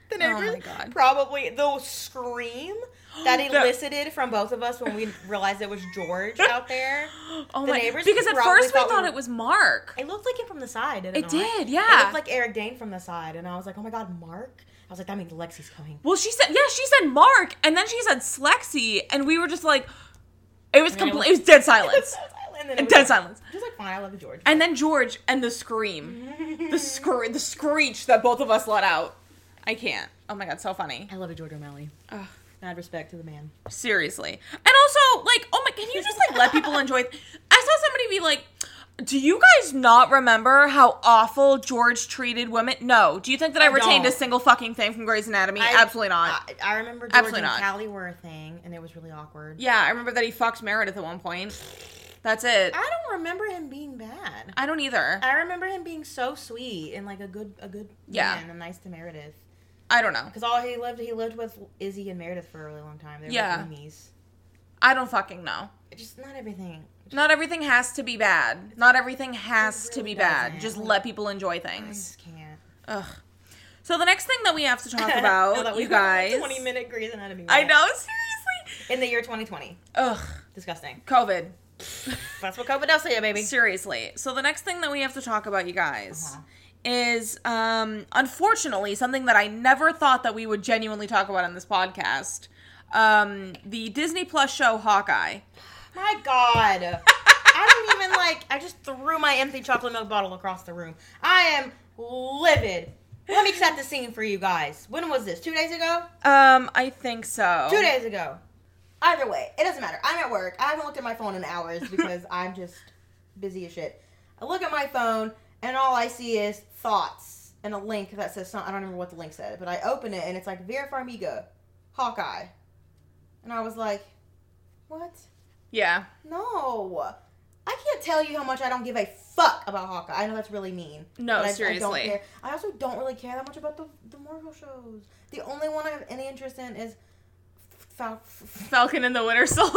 Speaker 2: The
Speaker 1: Oh my
Speaker 2: neighbors
Speaker 1: God.
Speaker 2: probably the scream that
Speaker 1: The-
Speaker 2: elicited from both of us when we realized it was George out there.
Speaker 1: Oh
Speaker 2: The
Speaker 1: my!
Speaker 2: neighbors
Speaker 1: Because at
Speaker 2: probably
Speaker 1: first we
Speaker 2: thought we
Speaker 1: thought
Speaker 2: were-
Speaker 1: it was Mark.
Speaker 2: It looked like him from the side. Didn't
Speaker 1: It
Speaker 2: I?
Speaker 1: did,
Speaker 2: It
Speaker 1: yeah.
Speaker 2: looked like Eric Dane from the side, and I was like, oh my god, Mark. I was like, that means Lexi's coming.
Speaker 1: Well, she said, yeah, she said Mark, and then she said Slexy, and we were just like, it was
Speaker 2: mean, it
Speaker 1: complete, it was dead silence,
Speaker 2: and then it was
Speaker 1: dead
Speaker 2: like-
Speaker 1: silence.
Speaker 2: Just like fine, I love George.
Speaker 1: And then George and the scream, the scr- the screech that both of us let out. I can't. Oh my god, so funny.
Speaker 2: I love a George O'Malley.
Speaker 1: Ugh.
Speaker 2: I had respect to the man.
Speaker 1: Seriously. And also, like, oh my, can you just like let people enjoy? th- I saw somebody be like, do you guys not remember how awful George treated women? No. Do you think that I,
Speaker 2: I
Speaker 1: retained a
Speaker 2: don't.
Speaker 1: single fucking thing from Grey's Anatomy?
Speaker 2: I-
Speaker 1: Absolutely not.
Speaker 2: I, I remember George
Speaker 1: Absolutely
Speaker 2: and
Speaker 1: not.
Speaker 2: Callie were a thing, and it was really awkward.
Speaker 1: yeah, I remember that he fucked Meredith at one point. That's it.
Speaker 2: I don't remember him being bad.
Speaker 1: I don't either.
Speaker 2: I remember him being so sweet and like a good, a good
Speaker 1: Yeah.
Speaker 2: man, and nice to Meredith.
Speaker 1: I don't know.
Speaker 2: Because all he lived, he lived with Izzy and Meredith for a really long time. They were
Speaker 1: Yeah.
Speaker 2: like roomies.
Speaker 1: I don't fucking know.
Speaker 2: It's Just not everything.
Speaker 1: Not everything has to be bad. Not everything has
Speaker 2: It
Speaker 1: to
Speaker 2: really
Speaker 1: be bad.
Speaker 2: doesn't.
Speaker 1: Just let people enjoy
Speaker 2: I
Speaker 1: things.
Speaker 2: just can't
Speaker 1: Ugh. So the next thing that we have to talk about,
Speaker 2: Now that
Speaker 1: you
Speaker 2: we've had a
Speaker 1: guys.
Speaker 2: Twenty minute Grey's Anatomy.
Speaker 1: I
Speaker 2: rant.
Speaker 1: know, seriously.
Speaker 2: In the year 2020,
Speaker 1: Ugh.
Speaker 2: disgusting.
Speaker 1: COVID.
Speaker 2: That's what COVID does to you, baby.
Speaker 1: Seriously. So the next thing that we have to talk about, you guys,
Speaker 2: Uh-huh.
Speaker 1: is um unfortunately something that I never thought that we would genuinely talk about on this podcast. Um the Disney Plus show Hawkeye.
Speaker 2: My God. I don't even like. I just threw my empty chocolate milk bottle across the room. I am livid. Let me set the scene for you guys. When was this? Two days ago?
Speaker 1: Um I think so.
Speaker 2: Two days ago. Either way, it doesn't matter. I'm at work. I haven't looked at my phone in hours because I'm just busy as shit. I look at my phone and all I see is thoughts and a link that says something. I don't remember what the link said, but I open it and it's like Vera Farmiga, Hawkeye. And I was like, what?
Speaker 1: Yeah.
Speaker 2: No. I can't tell you how much I don't give a fuck about Hawkeye. I know that's really mean.
Speaker 1: No,
Speaker 2: but I, I,
Speaker 1: seriously.
Speaker 2: don't care. I also don't really care that much about the, the Marvel shows. The only one I have any interest in is Fal-
Speaker 1: Falcon and the Winter Soldier.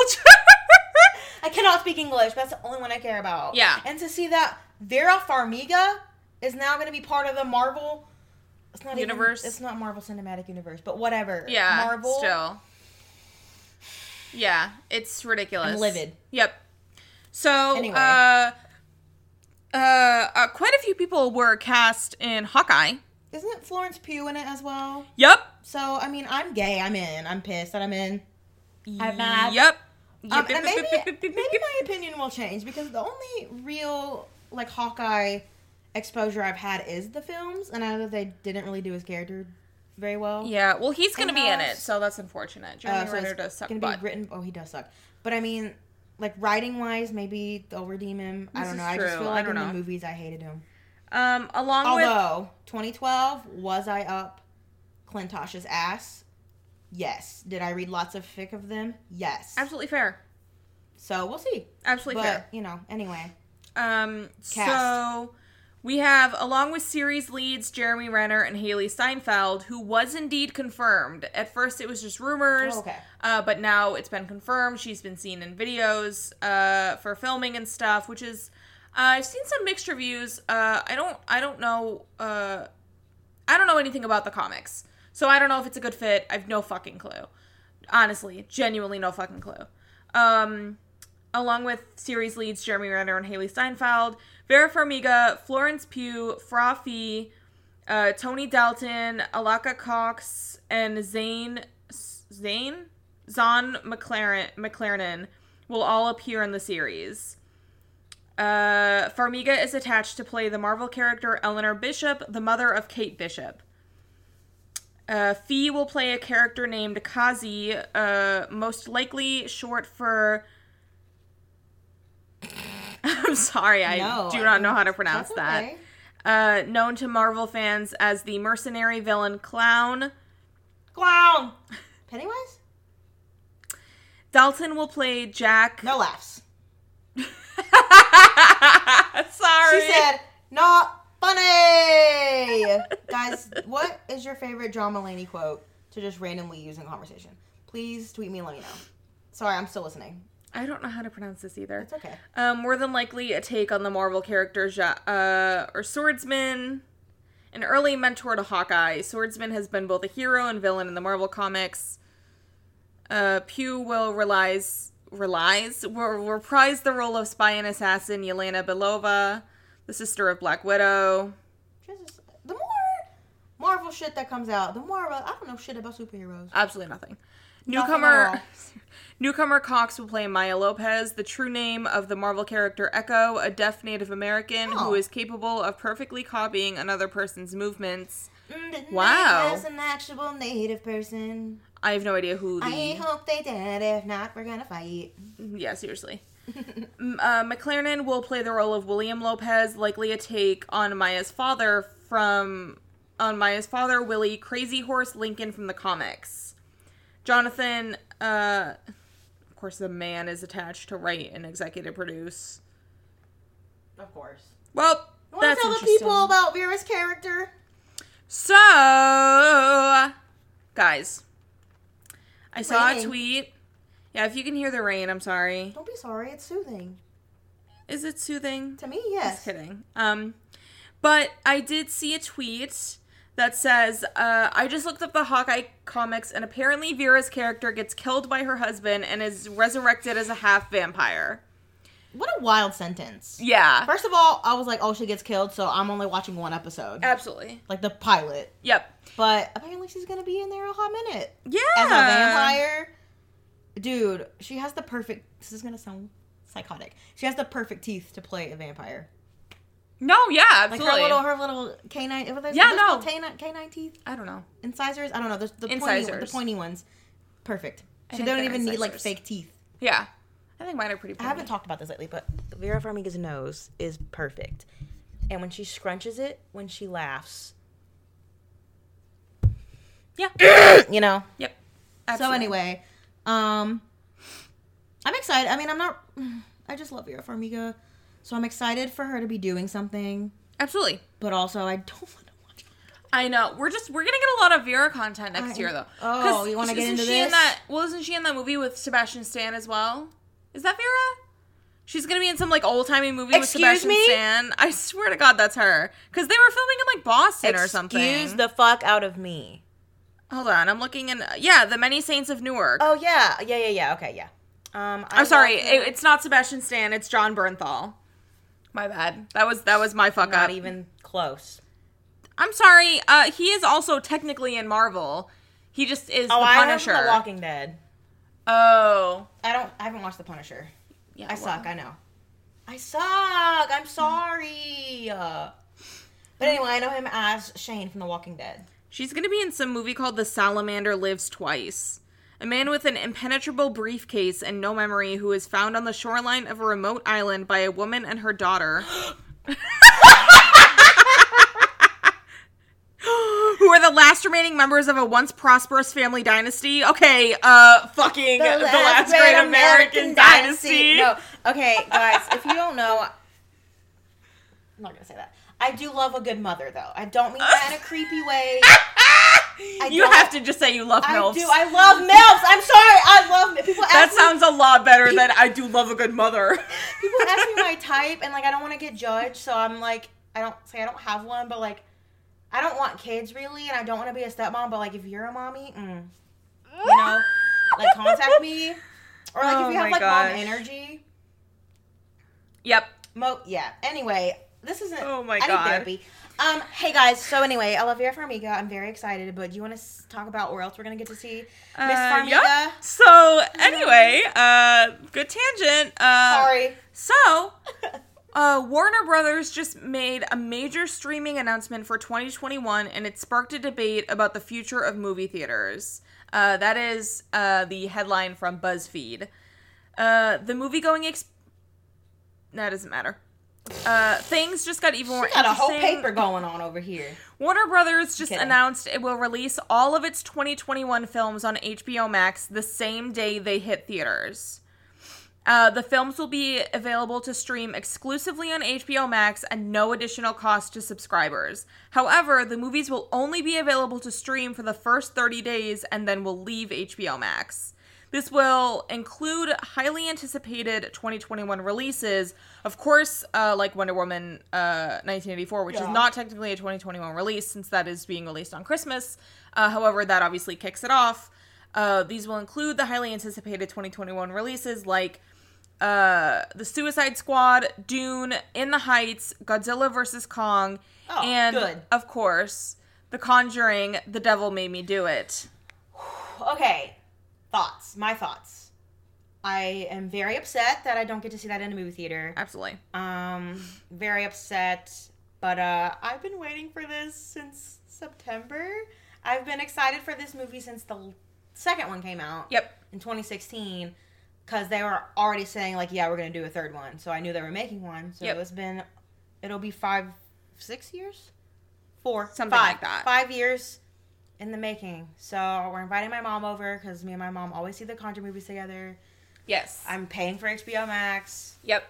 Speaker 2: I cannot speak English, but that's the only one I care about.
Speaker 1: Yeah.
Speaker 2: And to see that Vera Farmiga is now going to be part of the Marvel it's not even-
Speaker 1: Universe?
Speaker 2: it's not Marvel Cinematic Universe, but whatever.
Speaker 1: yeah.
Speaker 2: Marvel.
Speaker 1: Still. Yeah, it's ridiculous.
Speaker 2: I'm livid.
Speaker 1: Yep. So,
Speaker 2: Anyway.
Speaker 1: uh, uh, uh, quite a few people were cast in Hawkeye.
Speaker 2: Isn't Florence Pugh in it as well?
Speaker 1: Yep.
Speaker 2: So I mean, I'm gay. I'm in. I'm pissed that I'm in. I'm
Speaker 1: yep.
Speaker 2: mad.
Speaker 1: Yep.
Speaker 2: Um,
Speaker 1: yep,
Speaker 2: and maybe,
Speaker 1: yep, yep,
Speaker 2: maybe
Speaker 1: yep, yep.
Speaker 2: my opinion will change because the only real like Hawkeye exposure I've had is the films, and I know that they didn't really do his character very well.
Speaker 1: Yeah, well, he's going to be in it,
Speaker 2: House.
Speaker 1: so that's unfortunate.
Speaker 2: uh,
Speaker 1: Jeremy
Speaker 2: so
Speaker 1: Renner
Speaker 2: it's
Speaker 1: does suck
Speaker 2: gonna
Speaker 1: butt.
Speaker 2: be written. Oh, he does suck. But I mean, like writing wise, maybe they'll redeem him. I
Speaker 1: This
Speaker 2: don't know.
Speaker 1: is
Speaker 2: I just
Speaker 1: true.
Speaker 2: feel
Speaker 1: I
Speaker 2: like
Speaker 1: don't
Speaker 2: in
Speaker 1: know.
Speaker 2: the movies, I hated him.
Speaker 1: um, along with
Speaker 2: Although 2012, was I up Clintosh's ass? Yes. Did I read lots of fic of them? Yes.
Speaker 1: absolutely fair,
Speaker 2: So we'll see.
Speaker 1: absolutely
Speaker 2: But
Speaker 1: fair.
Speaker 2: you know, anyway.
Speaker 1: Um,
Speaker 2: Cast.
Speaker 1: so we have, along with series leads Jeremy Renner and Haley Steinfeld, who was indeed confirmed. At first, it was just rumors.
Speaker 2: Oh, okay.
Speaker 1: Uh, but now it's been confirmed. She's been seen in videos uh, for filming and stuff, which is uh, I've seen some mixed reviews. Uh, I don't I don't know uh, I don't know anything about the comics, so I don't know if it's a good fit. I've no fucking clue. Honestly, genuinely no fucking clue. Um, along with series leads Jeremy Renner and Haley Steinfeld, Vera Farmiga, Florence Pugh, Froffy, uh, Tony Dalton, Alaka Cox, and Zane Zane Zahn McLaren McLaren will all appear in the series. Uh, Farmiga is attached to play the Marvel character Eleanor Bishop, the mother of Kate Bishop. Uh, Fee will play a character named Kazi, uh, most likely short for. I'm sorry, I
Speaker 2: No,
Speaker 1: do
Speaker 2: I
Speaker 1: not know how to pronounce that
Speaker 2: That's okay.
Speaker 1: uh, known to Marvel fans as the mercenary villain Clown.
Speaker 2: Clown. Pennywise?
Speaker 1: Dalton will play Jack.
Speaker 2: No laughs.
Speaker 1: Sorry.
Speaker 2: She said, not funny. Guys, what is your favorite John Mulaney quote to just randomly use in conversation? please tweet me and let me know. Sorry, I'm still listening.
Speaker 1: I don't know how to pronounce this either.
Speaker 2: It's okay.
Speaker 1: Um, more than likely a take on the Marvel character Ja- uh, or Swordsman. An early mentor to Hawkeye, Swordsman has been both a hero and villain in the Marvel comics. Uh, Pew will relies relies will reprise the role of spy and assassin Yelena Belova, the sister of Black Widow.
Speaker 2: Jesus. The more Marvel shit that comes out, the more I don't know shit about superheroes.
Speaker 1: Absolutely nothing.
Speaker 2: Nothing
Speaker 1: Newcomer
Speaker 2: at all.
Speaker 1: Newcomer Cox will play Maya Lopez, the true name of the Marvel character Echo, a deaf Native American
Speaker 2: Oh.
Speaker 1: who is capable of perfectly copying another person's movements.
Speaker 2: Mm,
Speaker 1: Wow.
Speaker 2: As an actual native person,
Speaker 1: I have no idea who the
Speaker 2: I hope they did. If not, we're gonna fight.
Speaker 1: Yeah, seriously. M- uh, McLaren will play the role of William Lopez, likely a take on Maya's father from on Maya's father, Willie Crazy Horse Lincoln from the comics. Jonathan, uh, of course, the man is attached to write and executive produce.
Speaker 2: Of course.
Speaker 1: Well,
Speaker 2: You want
Speaker 1: that's
Speaker 2: to tell the
Speaker 1: interesting.
Speaker 2: people about Vera's character?
Speaker 1: So, guys, I saw a
Speaker 2: Raining.
Speaker 1: tweet. Yeah, if you can hear the rain, I'm sorry.
Speaker 2: Don't be sorry. It's soothing
Speaker 1: Is it soothing?
Speaker 2: to me.
Speaker 1: Just
Speaker 2: Yes.
Speaker 1: kidding. Um, but I did see a tweet that says, uh, "I just looked up the Hawkeye comics, and apparently Vera's character gets killed by her husband and is resurrected as a half vampire."
Speaker 2: What a wild sentence.
Speaker 1: Yeah,
Speaker 2: First of all, I was like, oh, she gets killed, so I'm only watching one episode,
Speaker 1: absolutely.
Speaker 2: like the pilot.
Speaker 1: Yep.
Speaker 2: But apparently, she's gonna be in there a hot minute
Speaker 1: Yeah.
Speaker 2: as a vampire. Dude, she has the perfect. This is gonna sound psychotic. She has the perfect teeth to play a vampire.
Speaker 1: No. Yeah.
Speaker 2: Like
Speaker 1: Absolutely.
Speaker 2: her little, her little canine. What are they,
Speaker 1: Yeah,
Speaker 2: those
Speaker 1: no.
Speaker 2: called? canine, canine teeth,
Speaker 1: I don't know.
Speaker 2: incisors. I don't know. The, the pointy, the
Speaker 1: Incisors.
Speaker 2: pointy ones.
Speaker 1: I
Speaker 2: Perfect. She
Speaker 1: think
Speaker 2: don't
Speaker 1: they're
Speaker 2: even need like
Speaker 1: incisors.
Speaker 2: fake teeth.
Speaker 1: Yeah. I think mine are pretty.
Speaker 2: I haven't talked about this lately, but Vera Farmiga's nose is perfect. And when she scrunches it, when she laughs,
Speaker 1: Yeah.
Speaker 2: you know.
Speaker 1: yep.
Speaker 2: So anyway, um I'm excited. I mean, I'm not I just love Vera Farmiga. So I'm excited for her to be doing something,
Speaker 1: Absolutely.
Speaker 2: but also I don't want to watch.
Speaker 1: I know. We're just we're gonna get a lot of Vera content next
Speaker 2: I-
Speaker 1: year though.
Speaker 2: Oh,
Speaker 1: 'Cause
Speaker 2: you wanna get
Speaker 1: isn't
Speaker 2: into
Speaker 1: she In
Speaker 2: this?
Speaker 1: that, well, isn't she in that movie with Sebastian Stan as well? Is that Vera? She's gonna be in some like old timey movie with
Speaker 2: Excuse
Speaker 1: Sebastian
Speaker 2: me?
Speaker 1: Stan. I swear to God, that's her. Because they were filming in like Boston or something.
Speaker 2: Excuse the fuck out of me.
Speaker 1: Hold on, I'm looking in. Yeah, The Many Saints of Newark.
Speaker 2: Oh yeah. Yeah, yeah, yeah. Okay, yeah. Um I
Speaker 1: I'm sorry,
Speaker 2: love-
Speaker 1: it- it's not Sebastian Stan. It's John Bernthal. My bad. That was that was my fuck
Speaker 2: not
Speaker 1: up.
Speaker 2: even close.
Speaker 1: I'm sorry. Uh, he is also technically in Marvel. He just is
Speaker 2: Oh,
Speaker 1: the
Speaker 2: I am
Speaker 1: Punisher.
Speaker 2: The Walking Dead.
Speaker 1: oh.
Speaker 2: I don't I haven't watched The Punisher.
Speaker 1: Yeah,
Speaker 2: I
Speaker 1: well.
Speaker 2: suck. I know. I suck. I'm sorry. Uh, But anyway, I know him as Shane from The Walking Dead.
Speaker 1: She's going to be in some movie called The Salamander Lives Twice. A man with an impenetrable briefcase and no memory who is found on the shoreline of a remote island by a woman and her daughter. who are the last remaining members of a once prosperous family dynasty? Okay, uh, fucking the, last, great American, dynasty.
Speaker 2: No. Okay, guys, if you don't know, I'm not gonna say that. I do love a good mother, though. I don't mean that in a creepy way. I
Speaker 1: you
Speaker 2: don't-
Speaker 1: have to just say you love
Speaker 2: I
Speaker 1: MILFs.
Speaker 2: do. I love MILFs. I'm sorry. I love people. Ask
Speaker 1: that
Speaker 2: me-
Speaker 1: sounds a lot better than I do love a good mother.
Speaker 2: people ask me my type and like I don't want to get judged, so I'm like I don't say I don't have one, but like I don't want kids really, and I don't want to be a stepmom. But like if you're a mommy, mm, you know, like contact me, or like
Speaker 1: Oh
Speaker 2: if you
Speaker 1: my
Speaker 2: have like
Speaker 1: gosh.
Speaker 2: mom energy,
Speaker 1: Yep.
Speaker 2: mo yeah. Anyway, this isn't.
Speaker 1: Oh my
Speaker 2: I need
Speaker 1: God.
Speaker 2: therapy. Um, hey guys. So anyway, I love Vera Farmiga. I'm very excited, but do you want to s- talk about where else we're gonna get to see Miss
Speaker 1: Uh,
Speaker 2: Farmiga?
Speaker 1: yup. So anyway, uh, good tangent. Uh,
Speaker 2: Sorry.
Speaker 1: So, uh, Warner Brothers just made a major streaming announcement for 2021, and it sparked a debate about the future of movie theaters. Uh, that is uh, the headline from BuzzFeed. Uh, the movie going ex. That doesn't matter. Uh, things just got even more
Speaker 2: Got a whole
Speaker 1: interesting.
Speaker 2: paper going on over here.
Speaker 1: Warner Brothers just
Speaker 2: Kidding.
Speaker 1: announced it will release all of its 2021 films on HBO Max the same day they hit theaters. Uh, the films will be available to stream exclusively on HBO Max and no additional cost to subscribers. However, the movies will only be available to stream for the first 30 days and then will leave HBO Max. This will include highly anticipated 2021 releases, of course, uh, like Wonder Woman uh, 1984, which is
Speaker 2: Yeah.
Speaker 1: not technically a 2021 release since that is being released on Christmas. Uh, however, that obviously kicks it off. Uh, these will include the highly anticipated 2021 releases like uh, The Suicide Squad, Dune, In the Heights, Godzilla vs. Kong,
Speaker 2: Oh,
Speaker 1: and,
Speaker 2: good.
Speaker 1: of course, The Conjuring, The Devil Made Me Do It.
Speaker 2: Okay, thoughts. My thoughts. I am very upset that I don't get to see that in a movie theater.
Speaker 1: Absolutely.
Speaker 2: Um, very upset. But uh, I've been waiting for this since September. I've been excited for this movie since the l- second one came out
Speaker 1: Yep.
Speaker 2: in 2016 because they were already saying like, yeah, we're gonna do a third one. So I knew they were making one. So
Speaker 1: Yep.
Speaker 2: it's been, it'll be five, six years, four,
Speaker 1: Something
Speaker 2: five,
Speaker 1: like that.
Speaker 2: Five years in the making. So we're inviting my mom over because me and my mom always see the Conjure movies together.
Speaker 1: Yes.
Speaker 2: I'm paying for HBO Max.
Speaker 1: yep.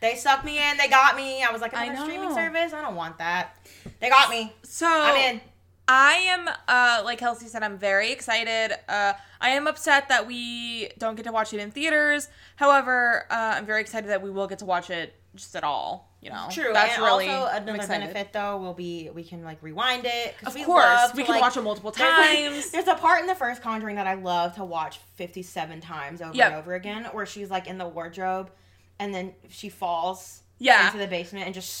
Speaker 2: They sucked me in. They got me. I was like,
Speaker 1: I
Speaker 2: another streaming
Speaker 1: know.
Speaker 2: service. I don't want that. They got me.
Speaker 1: So
Speaker 2: I'm in.
Speaker 1: I am, uh, like Kelsey said, I'm very excited. Uh, I am upset that we don't get to watch it in theaters. However, uh, I'm very excited that we will get to watch it just at all. You know,
Speaker 2: True.
Speaker 1: That's
Speaker 2: and
Speaker 1: really
Speaker 2: also
Speaker 1: I'm
Speaker 2: another
Speaker 1: excited.
Speaker 2: benefit though will be we can like rewind it. 'cause
Speaker 1: Of course,
Speaker 2: love
Speaker 1: we
Speaker 2: to,
Speaker 1: can
Speaker 2: like-
Speaker 1: watch it multiple
Speaker 2: There's, like-
Speaker 1: times.
Speaker 2: There's a part in the first Conjuring that I love to watch 57 times over
Speaker 1: Yep.
Speaker 2: and over again, where she's like in the wardrobe, and then she falls
Speaker 1: Yeah.
Speaker 2: into the basement and just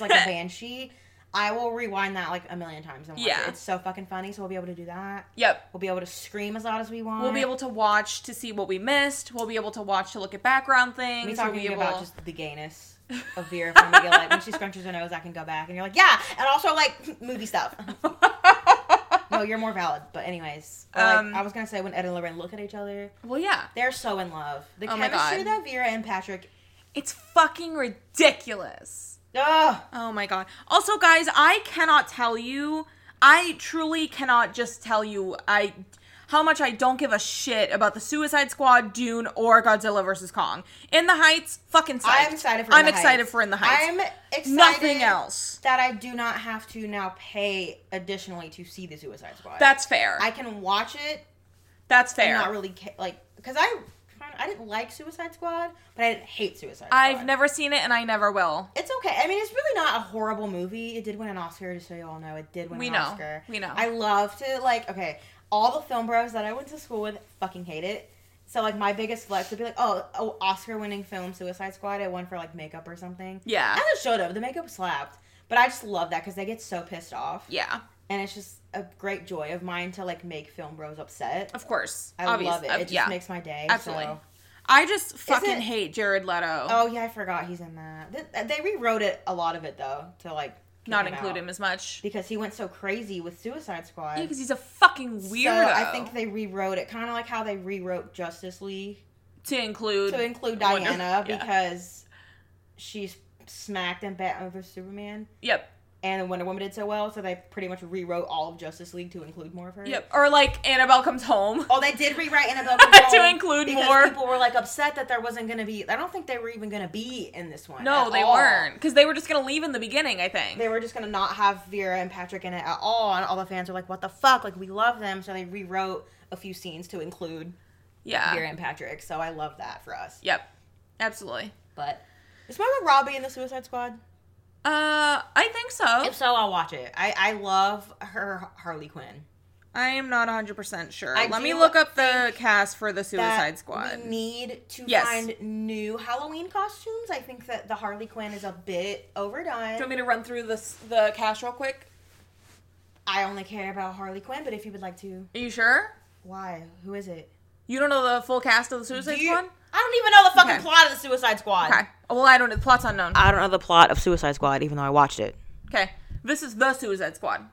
Speaker 2: like a banshee. I will rewind that like a million times and watch
Speaker 1: Yeah.
Speaker 2: it. It's so fucking funny. So we'll be able to do that.
Speaker 1: Yep.
Speaker 2: We'll be able to scream as loud as we want.
Speaker 1: We'll be able to watch to see what we missed. We'll be able to watch to look at background things.
Speaker 2: Me
Speaker 1: We'll
Speaker 2: talking
Speaker 1: be able-
Speaker 2: about just the gayness of Vera Farmiga. like when she scrunches her nose, I can go back, and you're like, yeah, and also like movie stuff. no, you're more valid. But anyways, or, like,
Speaker 1: Um,
Speaker 2: I was gonna say when Ed and Lorraine look at each other,
Speaker 1: well, yeah.
Speaker 2: they're so in love. The
Speaker 1: Oh my
Speaker 2: chemistry
Speaker 1: God.
Speaker 2: that Vera and Patrick.
Speaker 1: It's fucking ridiculous.
Speaker 2: Ugh.
Speaker 1: Oh my god. Also, guys, I cannot tell you. I truly cannot just tell you I how much I don't give a shit about the Suicide Squad, Dune, or Godzilla vs Kong. In the Heights, fucking. Psyched.
Speaker 2: I'm excited for.
Speaker 1: I'm
Speaker 2: In the
Speaker 1: excited
Speaker 2: Heights.
Speaker 1: for In the Heights.
Speaker 2: I'm excited.
Speaker 1: Nothing else.
Speaker 2: That I do not have to now pay additionally to see the Suicide Squad.
Speaker 1: That's fair.
Speaker 2: I can watch it
Speaker 1: That's
Speaker 2: and
Speaker 1: fair.
Speaker 2: not really ca- like because I I didn't like Suicide Squad, but I didn't hate Suicide.
Speaker 1: I've
Speaker 2: Squad.
Speaker 1: never seen it, and I never will.
Speaker 2: It's okay. I mean, it's really not a horrible movie. It did win an Oscar, just so you all know. It did win
Speaker 1: We
Speaker 2: an
Speaker 1: know.
Speaker 2: Oscar.
Speaker 1: We know.
Speaker 2: I love to like. Okay, all the film bros that I went to school with fucking hate it. So like, my biggest flex would be like, oh, oh Oscar-winning film, Suicide Squad. It won for like makeup or something.
Speaker 1: Yeah.
Speaker 2: As it should have. The makeup slapped. But I just love that because they get so pissed off,
Speaker 1: Yeah.
Speaker 2: and it's just a great joy of mine to like make film bros upset.
Speaker 1: Of course.
Speaker 2: I
Speaker 1: Obvious-
Speaker 2: love it.
Speaker 1: ob-
Speaker 2: It just
Speaker 1: yeah.
Speaker 2: makes my day.
Speaker 1: Absolutely.
Speaker 2: so-
Speaker 1: I just fucking
Speaker 2: it-
Speaker 1: hate Jared Leto.
Speaker 2: Oh yeah, I forgot he's in that. Th- They rewrote it a lot of it though to like get
Speaker 1: not include
Speaker 2: out.
Speaker 1: him as much.
Speaker 2: because he went so crazy with Suicide Squad.
Speaker 1: Yeah, because he's a fucking weirdo.
Speaker 2: So I think they rewrote it, kind of like how they rewrote Justice League
Speaker 1: to include
Speaker 2: to include
Speaker 1: Mm. Wonder-
Speaker 2: Diana
Speaker 1: Yeah.
Speaker 2: because she's smacked in Batman over Superman,
Speaker 1: Yep.
Speaker 2: and Wonder Woman did so well, so they pretty much rewrote all of Justice League to include more of her.
Speaker 1: Yep. Or like Annabelle comes home.
Speaker 2: Oh, they did rewrite Annabelle
Speaker 1: To
Speaker 2: Control
Speaker 1: include
Speaker 2: because
Speaker 1: more.
Speaker 2: People were like upset that there wasn't gonna be. I don't think they were even gonna be in this one.
Speaker 1: No,
Speaker 2: at
Speaker 1: they
Speaker 2: all.
Speaker 1: weren't. Because they were just going to leave in the beginning, I think.
Speaker 2: they were just gonna not have Vera and Patrick in it at all, and all the fans were like, "What the fuck? Like, we love them." So they rewrote a few scenes to include
Speaker 1: yeah.
Speaker 2: Vera and Patrick. So I love that for us.
Speaker 1: Yep. Absolutely.
Speaker 2: But is Margot Robbie in the Suicide Squad?
Speaker 1: Uh, I think so.
Speaker 2: If so, I'll watch it. I I love her Harley Quinn.
Speaker 1: I am not 100% sure.
Speaker 2: I
Speaker 1: Let me
Speaker 2: do
Speaker 1: look up the cast for the Suicide
Speaker 2: That
Speaker 1: Squad.
Speaker 2: We need to
Speaker 1: Yes.
Speaker 2: find new Halloween costumes. I think that the Harley Quinn is a bit
Speaker 1: Do you want
Speaker 2: overdone.
Speaker 1: me to run through this, the cast real quick?
Speaker 2: I only care about Harley Quinn, but if you would like to,
Speaker 1: Are you sure?
Speaker 2: why? Who is it?
Speaker 1: You don't know the full cast of the Suicide
Speaker 2: Do you-
Speaker 1: Squad?
Speaker 2: I don't even know the fucking
Speaker 1: Okay.
Speaker 2: plot of the Suicide Squad.
Speaker 1: Okay. Well, I don't know. The plot's unknown.
Speaker 2: I don't know the plot of Suicide Squad, even though I watched it.
Speaker 1: Okay. This is the Suicide Squad.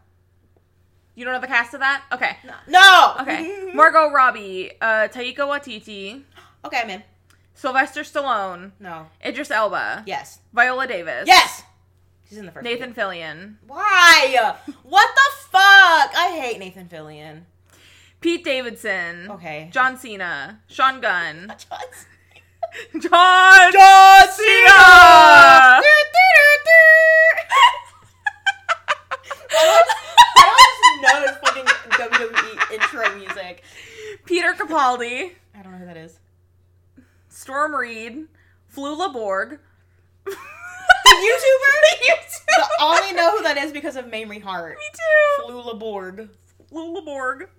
Speaker 1: You don't know the cast of that? Okay.
Speaker 2: No.
Speaker 1: Okay. Margot Robbie, uh, Taika Waititi,
Speaker 2: okay, I'm in.
Speaker 1: Sylvester Stallone,
Speaker 2: No.
Speaker 1: Idris Elba,
Speaker 2: Yes.
Speaker 1: Viola Davis,
Speaker 2: Yes. She's in the first.
Speaker 1: Nathan Fillion,
Speaker 2: one. Why? What the fuck? I hate Nathan Fillion.
Speaker 1: Pete Davidson,
Speaker 2: Okay.
Speaker 1: John Cena, Sean Gunn,
Speaker 2: Just-
Speaker 1: John,
Speaker 2: John
Speaker 1: Cena!
Speaker 2: I don't just know fucking WWE intro music.
Speaker 1: Peter Capaldi,
Speaker 2: I don't know who that is.
Speaker 1: Storm Reed, Flula Borg. the
Speaker 2: YouTuber?
Speaker 1: YouTuber.
Speaker 2: I only know who that is because of Mamrie Hart.
Speaker 1: Me too.
Speaker 2: Lula Borg.
Speaker 1: Flula Borg.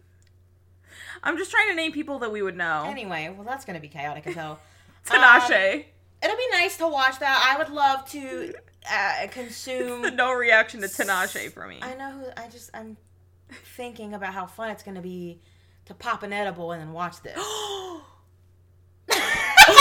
Speaker 1: I'm just trying to name people that we would know.
Speaker 2: Anyway, well, that's gonna be chaotic as hell.
Speaker 1: Tinashe.
Speaker 2: It'll be nice to watch that. I would love to uh, consume.
Speaker 1: the no reaction to Tinashe for me.
Speaker 2: I know who. I just I'm thinking about how fun it's gonna be to pop an edible and then watch this.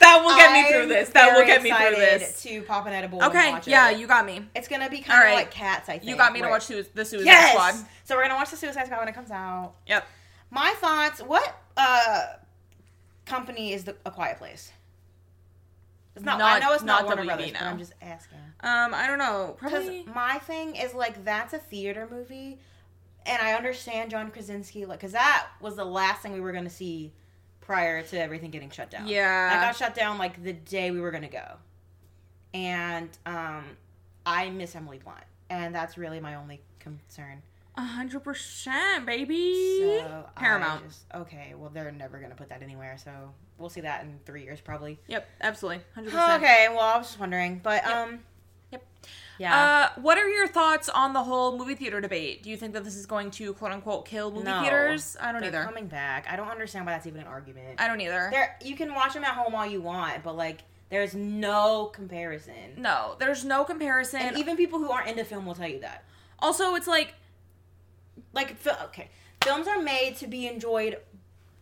Speaker 1: that will get me through this. That will get me through this.
Speaker 2: To pop an edible. And
Speaker 1: Okay,
Speaker 2: watch
Speaker 1: yeah,
Speaker 2: it.
Speaker 1: you got me.
Speaker 2: It's gonna be kind of
Speaker 1: All right.
Speaker 2: like cats. I think
Speaker 1: You got me to
Speaker 2: where-
Speaker 1: watch Su- the Suicide
Speaker 2: Yes.
Speaker 1: Squad.
Speaker 2: So we're gonna watch the Suicide Squad when it comes out.
Speaker 1: Yep.
Speaker 2: My thoughts. What uh company is the A Quiet Place? It's not. I
Speaker 1: Not-
Speaker 2: know it's not,
Speaker 1: not
Speaker 2: Warner
Speaker 1: WB
Speaker 2: Brothers, but
Speaker 1: now.
Speaker 2: I'm just asking.
Speaker 1: Um, I don't know.
Speaker 2: Because
Speaker 1: Probably.
Speaker 2: my thing is like that's a theater movie, and I understand John Krasinski like because that was the last thing we were gonna see prior to everything getting shut down. that
Speaker 1: Yeah.
Speaker 2: got shut down like the day we were gonna go, and um, I miss Emily Blunt, and that's really my only concern.
Speaker 1: A hundred percent, baby.
Speaker 2: So I
Speaker 1: Paramount.
Speaker 2: just- okay, well they're never gonna put that anywhere, so we'll see that in three years probably.
Speaker 1: Yep, absolutely. Hundred percent.
Speaker 2: Okay, well I was just wondering, but um,
Speaker 1: Yep.
Speaker 2: yeah.
Speaker 1: Uh, what are your thoughts on the whole movie theater debate? Do you think that this is going to quote unquote kill movie
Speaker 2: No.
Speaker 1: theaters? I don't
Speaker 2: they're
Speaker 1: either.
Speaker 2: coming back. I don't understand why that's even an argument.
Speaker 1: I don't either.
Speaker 2: There, you can watch them at home all you want, but like, there's no comparison.
Speaker 1: no, there's no comparison.
Speaker 2: And even people who aren't into film will tell you that.
Speaker 1: also, it's like
Speaker 2: Like, fi- okay, films are made to be enjoyed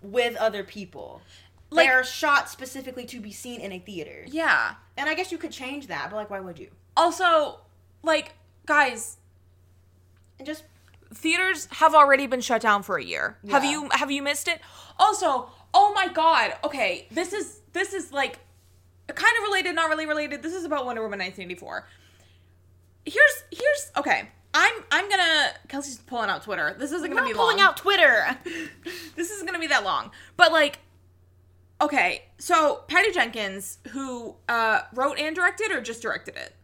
Speaker 2: with other people.
Speaker 1: Like-
Speaker 2: they are shot specifically to be seen in a theater.
Speaker 1: yeah.
Speaker 2: And I guess you could change that, but like, why would you?
Speaker 1: Also, like guys,
Speaker 2: And just
Speaker 1: theaters have already been shut down for a year. Have
Speaker 2: Yeah.
Speaker 1: you have you missed it? Also, oh my god. Okay, this is this is like kind of related, not really related. This is about Wonder Woman 1984. Here's here's okay. I'm I'm gonna Kelsey's pulling out Twitter. This isn't gonna
Speaker 2: not
Speaker 1: be
Speaker 2: pulling
Speaker 1: long.
Speaker 2: out Twitter.
Speaker 1: this isn't gonna be that long. But like, okay, so Patty Jenkins, who uh, wrote and directed or just directed it?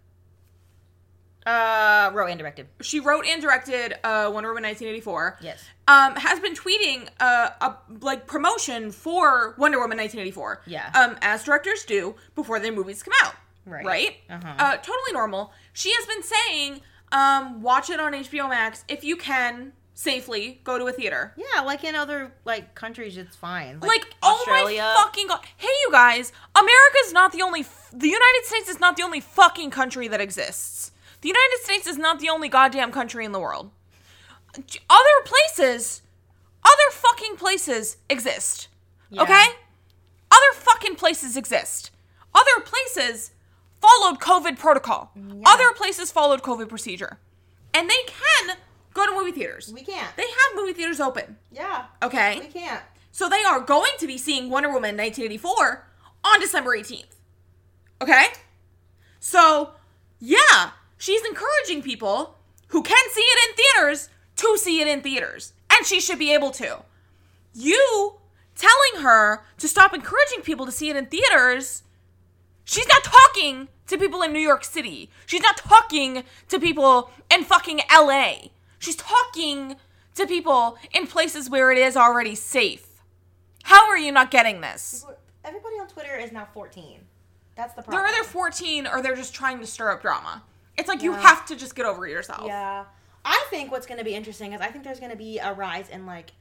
Speaker 2: Uh, wrote and directed.
Speaker 1: She wrote and directed uh, Wonder Woman 1984.
Speaker 2: Yes.
Speaker 1: um, has been tweeting uh, a like promotion for Wonder Woman 1984.
Speaker 2: Yeah.
Speaker 1: Um, as directors do before their movies come out.
Speaker 2: Right.
Speaker 1: Right.
Speaker 2: Uh-huh.
Speaker 1: Uh, totally normal. She has been saying, um, watch it on HBO Max if you can safely go to a theater.
Speaker 2: Yeah, like in other like countries, it's fine.
Speaker 1: Like, oh my fucking god! Hey, you guys, America's not the only. F- the United States is not the only fucking country that exists. The United States is not the only goddamn country in the world. J- Other places, other fucking places exist.
Speaker 2: Yeah.
Speaker 1: Okay, other fucking places exist. Other places followed COVID protocol. Other places followed COVID procedure, and they can go to movie theaters.
Speaker 2: we can't.
Speaker 1: They have movie theaters open.
Speaker 2: yeah,
Speaker 1: Okay.
Speaker 2: we can't.
Speaker 1: So they are going to be seeing Wonder Woman 1984 on December 18th. Okay? So, yeah, she's encouraging people who can see it in theaters to see it in theaters. And she should be able to. You telling her to stop encouraging people to see it in theaters, she's not talking to people in New York City. She's not talking to people in fucking LA. She's talking to people in places where it is already safe. How are you not getting this?
Speaker 2: Everybody on Twitter is now 14. That's the problem.
Speaker 1: They're either 14 or they're just trying to stir up drama. It's like you
Speaker 2: Yeah.
Speaker 1: have to just get over yourself.
Speaker 2: Yeah. I think what's going to be interesting is I think there's going to be a rise in like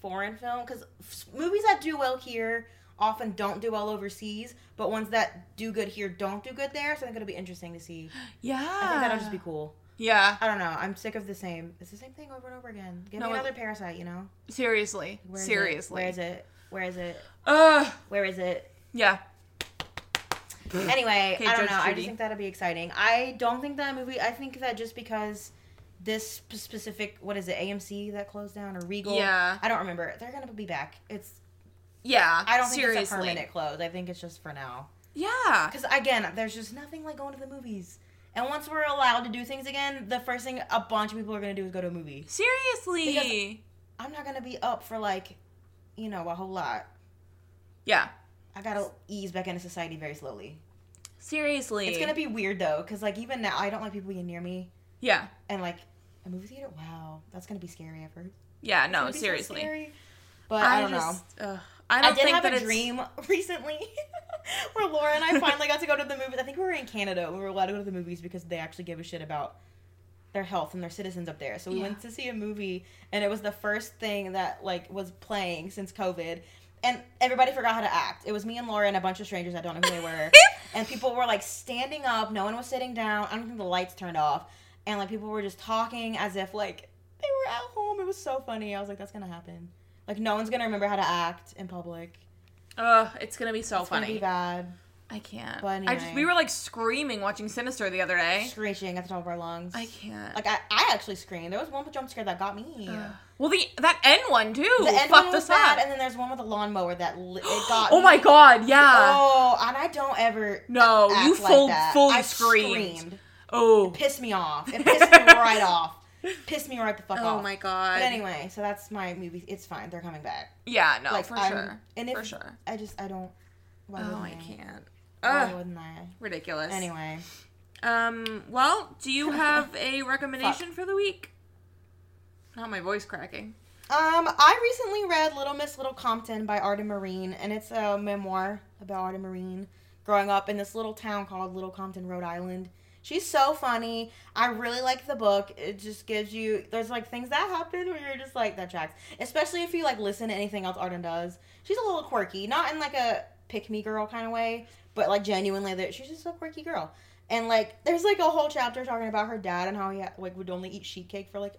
Speaker 2: foreign film because movies that do well here often don't do well overseas, but ones that do good here don't do good there. So I think it'll be interesting to see.
Speaker 1: Yeah.
Speaker 2: I think that'll just be cool.
Speaker 1: Yeah,
Speaker 2: I don't know. I'm sick of the same. It's the same thing over and over again. Give
Speaker 1: No,
Speaker 2: me
Speaker 1: it-
Speaker 2: another Parasite. You know.
Speaker 1: seriously.
Speaker 2: Where is it?
Speaker 1: seriously.
Speaker 2: Where is it? Where is it?
Speaker 1: Ugh.
Speaker 2: Where is it?
Speaker 1: Yeah.
Speaker 2: anyway,
Speaker 1: Okay,
Speaker 2: I don't
Speaker 1: Judge
Speaker 2: know. I
Speaker 1: Judy.
Speaker 2: just think that'll be exciting. I don't think that movie. I think that just because this sp- specific, what is it, AMC that closed down or Regal?
Speaker 1: Yeah.
Speaker 2: I don't remember. They're gonna be back. It's.
Speaker 1: Yeah.
Speaker 2: I don't think
Speaker 1: seriously.
Speaker 2: it's a permanent close. I think it's just for now.
Speaker 1: Yeah.
Speaker 2: Because again, there's just nothing like going to the movies. And once we're allowed to do things again, the first thing a bunch of people are gonna do is go to a movie.
Speaker 1: Seriously.
Speaker 2: Because- I'm not gonna be up for like, you know, a whole lot.
Speaker 1: yeah.
Speaker 2: I gotta ease back into society very slowly.
Speaker 1: Seriously.
Speaker 2: It's gonna be weird though, because like even now, I don't like people being near me,
Speaker 1: Yeah.
Speaker 2: and like a movie theater. Wow, that's gonna be scary. I've heard.
Speaker 1: Yeah,
Speaker 2: It's
Speaker 1: no,
Speaker 2: gonna be so
Speaker 1: Oh, seriously.
Speaker 2: scary. But I, don't know.
Speaker 1: just, ugh, I
Speaker 2: I,
Speaker 1: don't
Speaker 2: did
Speaker 1: think
Speaker 2: have
Speaker 1: that
Speaker 2: a
Speaker 1: it's-
Speaker 2: dream recently where Laura and I finally got to go to the movies. I think we were in Canada. We were allowed to go to the movies because they actually give a shit about their health and their citizens up there. So we
Speaker 1: Yeah.
Speaker 2: went to see a movie, and it was the first thing that like was playing since COVID. And everybody forgot how to act. It was me and Laura and a bunch of strangers. I don't know who they were. and people were like standing up. No one was sitting down. I don't think the lights turned off. And like people were just talking as if like they were at home. It was so funny. I was like, that's gonna happen. Like no one's gonna remember how to act in public.
Speaker 1: Ugh, it's gonna be so
Speaker 2: It's
Speaker 1: funny.
Speaker 2: gonna be bad.
Speaker 1: I can't.
Speaker 2: But
Speaker 1: I just
Speaker 2: anyway.
Speaker 1: we were like screaming watching Sinister the other day.
Speaker 2: Screeching at the top of our lungs.
Speaker 1: I can't.
Speaker 2: like I, I actually screamed. There was one jump scare that got me.
Speaker 1: Ugh. Well, the that end one too.
Speaker 2: The end
Speaker 1: fucked
Speaker 2: one was
Speaker 1: us
Speaker 2: bad,
Speaker 1: up.
Speaker 2: and then there's one with a lawnmower that li- it got.
Speaker 1: oh
Speaker 2: me.
Speaker 1: my god, yeah.
Speaker 2: Oh, and I don't ever.
Speaker 1: No,
Speaker 2: act
Speaker 1: you
Speaker 2: like
Speaker 1: full-
Speaker 2: that.
Speaker 1: fully
Speaker 2: I
Speaker 1: screamed.
Speaker 2: screamed.
Speaker 1: Oh.
Speaker 2: Pissed me off. It pissed me right off. Pissed me right the fuck off.
Speaker 1: Oh my god.
Speaker 2: But anyway, so that's my movie. It's fine. They're coming back.
Speaker 1: Yeah, no, for
Speaker 2: I'm-
Speaker 1: sure.
Speaker 2: And if,
Speaker 1: for sure.
Speaker 2: I just I don't. Why
Speaker 1: Oh,
Speaker 2: wouldn't
Speaker 1: I can't.
Speaker 2: Why
Speaker 1: Ugh,
Speaker 2: wouldn't I?
Speaker 1: ridiculous.
Speaker 2: Anyway,
Speaker 1: Um, well, do you have a recommendation for the week? Not my voice cracking.
Speaker 2: um, I recently read Little Miss Little Compton by Arden Marine, and it's a memoir about Arden Marine growing up in this little town called Little Compton, Rhode Island. She's so funny. I really like the book. It just gives you there's like things that happen where you're just like that tracks. Especially if you like listen to anything else Arden does. She's a little quirky, not in like a pick me girl kind of way, but like genuinely that she's just a quirky girl. And like there's like a whole chapter talking about her dad and how he like would only eat sheet cake for like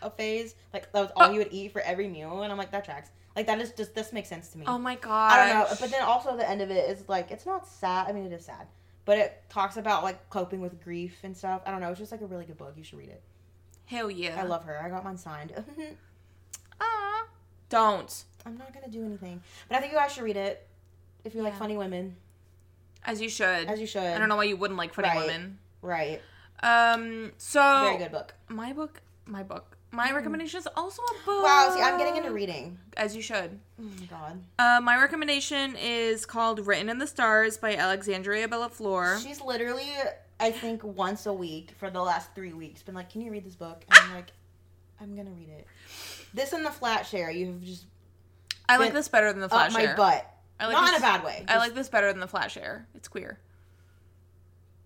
Speaker 2: a phase. Like that was
Speaker 1: Oh.
Speaker 2: all he would eat for every meal and I'm like that tracks. Like that is just this makes sense to me.
Speaker 1: Oh my god.
Speaker 2: I don't know. But then also the end of it is like it's not sad. I mean, it is sad, but it talks about like coping with grief and stuff. I don't know. It's just like a really good book. You should read it.
Speaker 1: Hell yeah.
Speaker 2: I love her. I got mine signed.
Speaker 1: Ah. Don't.
Speaker 2: I'm not gonna do anything, but I think you guys should read it if you like
Speaker 1: Yeah.
Speaker 2: funny women,
Speaker 1: As you should.
Speaker 2: as you should.
Speaker 1: I don't know why you wouldn't like funny
Speaker 2: Right.
Speaker 1: women.
Speaker 2: Right.
Speaker 1: Um. So
Speaker 2: Very good book.
Speaker 1: my book, my book, my recommendation is also a book.
Speaker 2: Wow. See, I'm getting into reading.
Speaker 1: As you should.
Speaker 2: Oh my god.
Speaker 1: Uh, my recommendation is called "Written in the Stars" by Alexandria Bellaflor.
Speaker 2: She's literally, I think, once a week for the last three weeks been like, "Can you read this book?" And I'm like, "I'm gonna read it." This and the flat share. You have just
Speaker 1: I like
Speaker 2: been
Speaker 1: this better than the
Speaker 2: up
Speaker 1: Flash
Speaker 2: my
Speaker 1: Air.
Speaker 2: butt.
Speaker 1: I like
Speaker 2: Not
Speaker 1: this,
Speaker 2: in a bad way.
Speaker 1: I like this better than the Flash Air. It's queer.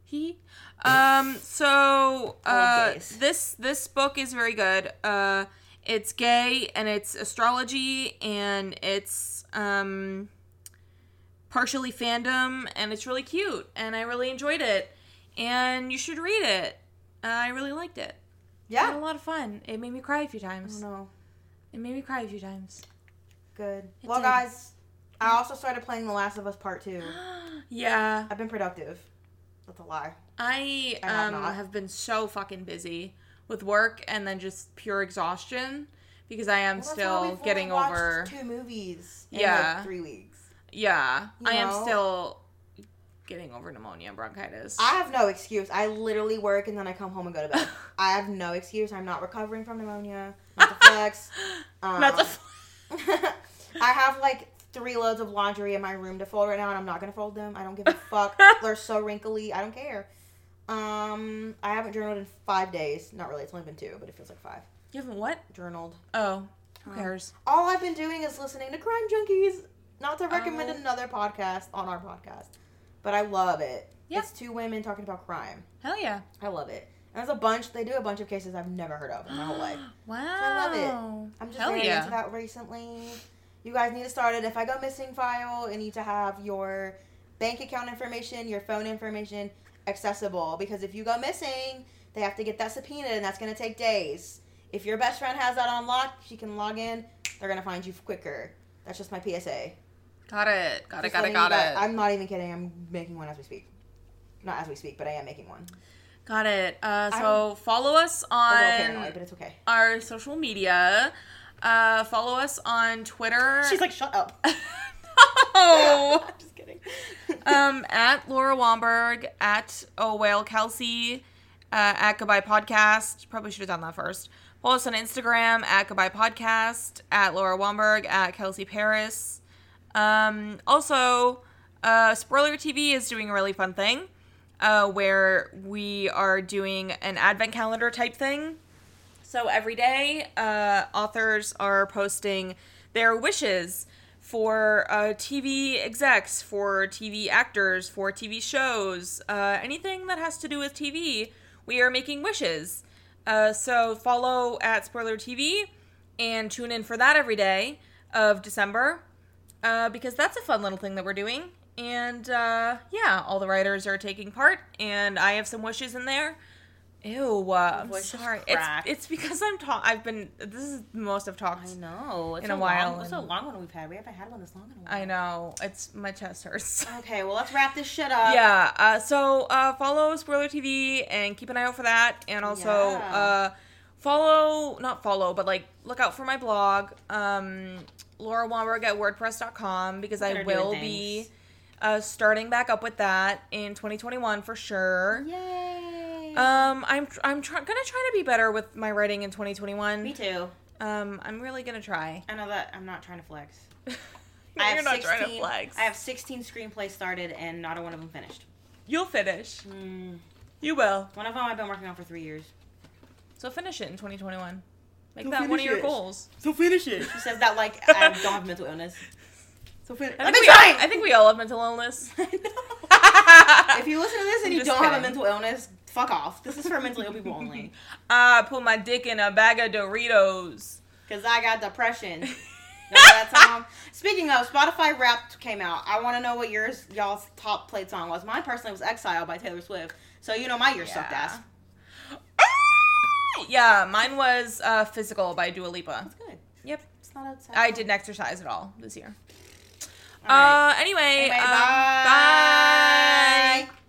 Speaker 1: He. Um. So. Uh.
Speaker 2: gays.
Speaker 1: This this book is very good. Uh. It's gay and it's astrology and it's um. Partially fandom and it's really cute and I really enjoyed it and you should read it. Uh, I really liked it. I had a
Speaker 2: Yeah.
Speaker 1: lot of fun. It made me cry a few
Speaker 2: I
Speaker 1: times.
Speaker 2: don't know.
Speaker 1: It made me cry a few times.
Speaker 2: Good.
Speaker 1: It
Speaker 2: well,
Speaker 1: did.
Speaker 2: guys, I also started playing The Last of Us Part Two.
Speaker 1: yeah.
Speaker 2: I've been productive. That's a lie.
Speaker 1: I,
Speaker 2: I have
Speaker 1: um,
Speaker 2: not.
Speaker 1: have been so fucking busy with work and then just pure exhaustion because I am
Speaker 2: Well, that's why we've
Speaker 1: still
Speaker 2: only
Speaker 1: getting
Speaker 2: watched
Speaker 1: over.
Speaker 2: two movies. In
Speaker 1: Yeah.
Speaker 2: Like three weeks.
Speaker 1: yeah,
Speaker 2: You
Speaker 1: I am
Speaker 2: know?
Speaker 1: still getting over pneumonia and bronchitis.
Speaker 2: I have no excuse. I literally work and then I come home and go to bed. I have no excuse. I'm not recovering from pneumonia. Not to flex. Um,
Speaker 1: Not the
Speaker 2: I have like three loads of laundry in my room to fold right now, and I'm not gonna fold them. I don't give a fuck. They're so wrinkly. I don't care. Um, I haven't journaled in five days. Not really. It's only been two, but it feels like five.
Speaker 1: you haven't what?
Speaker 2: Journaled.
Speaker 1: Oh, who
Speaker 2: Um,
Speaker 1: cares?
Speaker 2: All I've been doing is listening to Crime Junkies. Not to recommend
Speaker 1: Oh.
Speaker 2: another podcast on our podcast, but I love it.
Speaker 1: Yeah.
Speaker 2: It's two women talking about crime.
Speaker 1: Hell yeah!
Speaker 2: I love it. And there's a bunch. They do a bunch of cases I've never heard of in my whole life.
Speaker 1: Wow,
Speaker 2: love it. I'm just
Speaker 1: Hell
Speaker 2: very
Speaker 1: yeah.
Speaker 2: into that recently. You guys need to start it. If I go missing file, I need to have your bank account information, your phone information accessible because if you go missing, they have to get that subpoena and that's going to take days. If your best friend has that on lock, she can log in. They're going to find you quicker. That's just my PSA.
Speaker 1: Got it. Got it. Got
Speaker 2: Just letting
Speaker 1: it.
Speaker 2: you
Speaker 1: Got
Speaker 2: guys-
Speaker 1: it.
Speaker 2: I'm not even kidding. I'm making one as we speak. Not as we speak, but I am making one.
Speaker 1: Got it. Uh, so follow us
Speaker 2: I'm a
Speaker 1: on
Speaker 2: little paranoid, but it's okay.
Speaker 1: our social media. Uh, follow us on Twitter.
Speaker 2: She's like, shut up.
Speaker 1: no.
Speaker 2: I'm just kidding.
Speaker 1: um, at Laura Wamberg, at Oh Whale Kelsey, uh, at Goodbye Podcast. Probably should have done that first. Follow us on Instagram at Goodbye Podcast, at Laura Wamberg, at Kelsey Paris. Um, also, Uh, Spoiler TV is doing a really fun thing uh, where we are doing an advent calendar type thing. So every day, uh, authors are posting their wishes for uh, TV execs, for TV actors, for TV shows, uh, anything that has to do with TV. We are making wishes. Uh, so follow at Spoiler TV and tune in for that every day of December uh, because that's a fun little thing that we're doing. And uh, yeah, all the writers are taking part, and I have some wishes in there. Ew, uh, I'm
Speaker 2: Voice is
Speaker 1: sorry. It's,
Speaker 2: cracked.
Speaker 1: it's because I'm talk. I've been. This is the most I've talked.
Speaker 2: I know. It's
Speaker 1: In a
Speaker 2: a
Speaker 1: while
Speaker 2: Long, it's a
Speaker 1: and-
Speaker 2: long one we've had. We haven't had one this long in a while.
Speaker 1: I know. It's my chest hurts.
Speaker 2: Okay, well, let's wrap this shit up.
Speaker 1: yeah. Uh, so uh, follow Spoiler TV and keep an eye out for that. And also
Speaker 2: Yeah.
Speaker 1: uh, follow, not follow, but like look out for my blog, um, Laura Wamberg at WordPress.com, because
Speaker 2: Better
Speaker 1: I
Speaker 2: doing
Speaker 1: will be uh, starting back up with that in 2021 for sure.
Speaker 2: Yay.
Speaker 1: Um, I'm tr- I'm try- gonna try to be better with my writing in 2021.
Speaker 2: Me too.
Speaker 1: Um, I'm really gonna try.
Speaker 2: I know that I'm not trying to flex.
Speaker 1: You're
Speaker 2: I have
Speaker 1: not
Speaker 2: 16,
Speaker 1: trying to flex.
Speaker 2: I have 16 screenplays started and not a one of them finished.
Speaker 1: You'll finish.
Speaker 2: Mm,
Speaker 1: You will.
Speaker 2: one of them I've been working on for three years.
Speaker 1: So finish it in 2021. Make
Speaker 2: Go
Speaker 1: that one of
Speaker 2: finish
Speaker 1: your
Speaker 2: it.
Speaker 1: goals.
Speaker 2: So finish it. She says that like I don't have mental illness. So finish.
Speaker 1: I
Speaker 2: Let
Speaker 1: think,
Speaker 2: me
Speaker 1: we
Speaker 2: try.
Speaker 1: All, I think we all have mental illness.
Speaker 2: if you listen to this
Speaker 1: I'm
Speaker 2: and you
Speaker 1: just
Speaker 2: don't have a
Speaker 1: kidding.
Speaker 2: mental illness, fuck off. This is for mentally ill people only.
Speaker 1: Ah, I put my dick in a bag of Doritos.
Speaker 2: Cause I got depression. Remember that song? Speaking of, Spotify Wrapped came out. I want to know what yours, y'all's top played song was. Mine personally was "Exile" by Taylor Swift. So you know my year sucked
Speaker 1: Yeah.
Speaker 2: ass.
Speaker 1: yeah, mine was uh, Physical by Dua Lipa.
Speaker 2: That's good.
Speaker 1: Yep.
Speaker 2: It's not outside.
Speaker 1: I didn't exercise at all this year.
Speaker 2: All
Speaker 1: Uh,
Speaker 2: right.
Speaker 1: anyway,
Speaker 2: Anyway,
Speaker 1: um,
Speaker 2: bye.
Speaker 1: bye.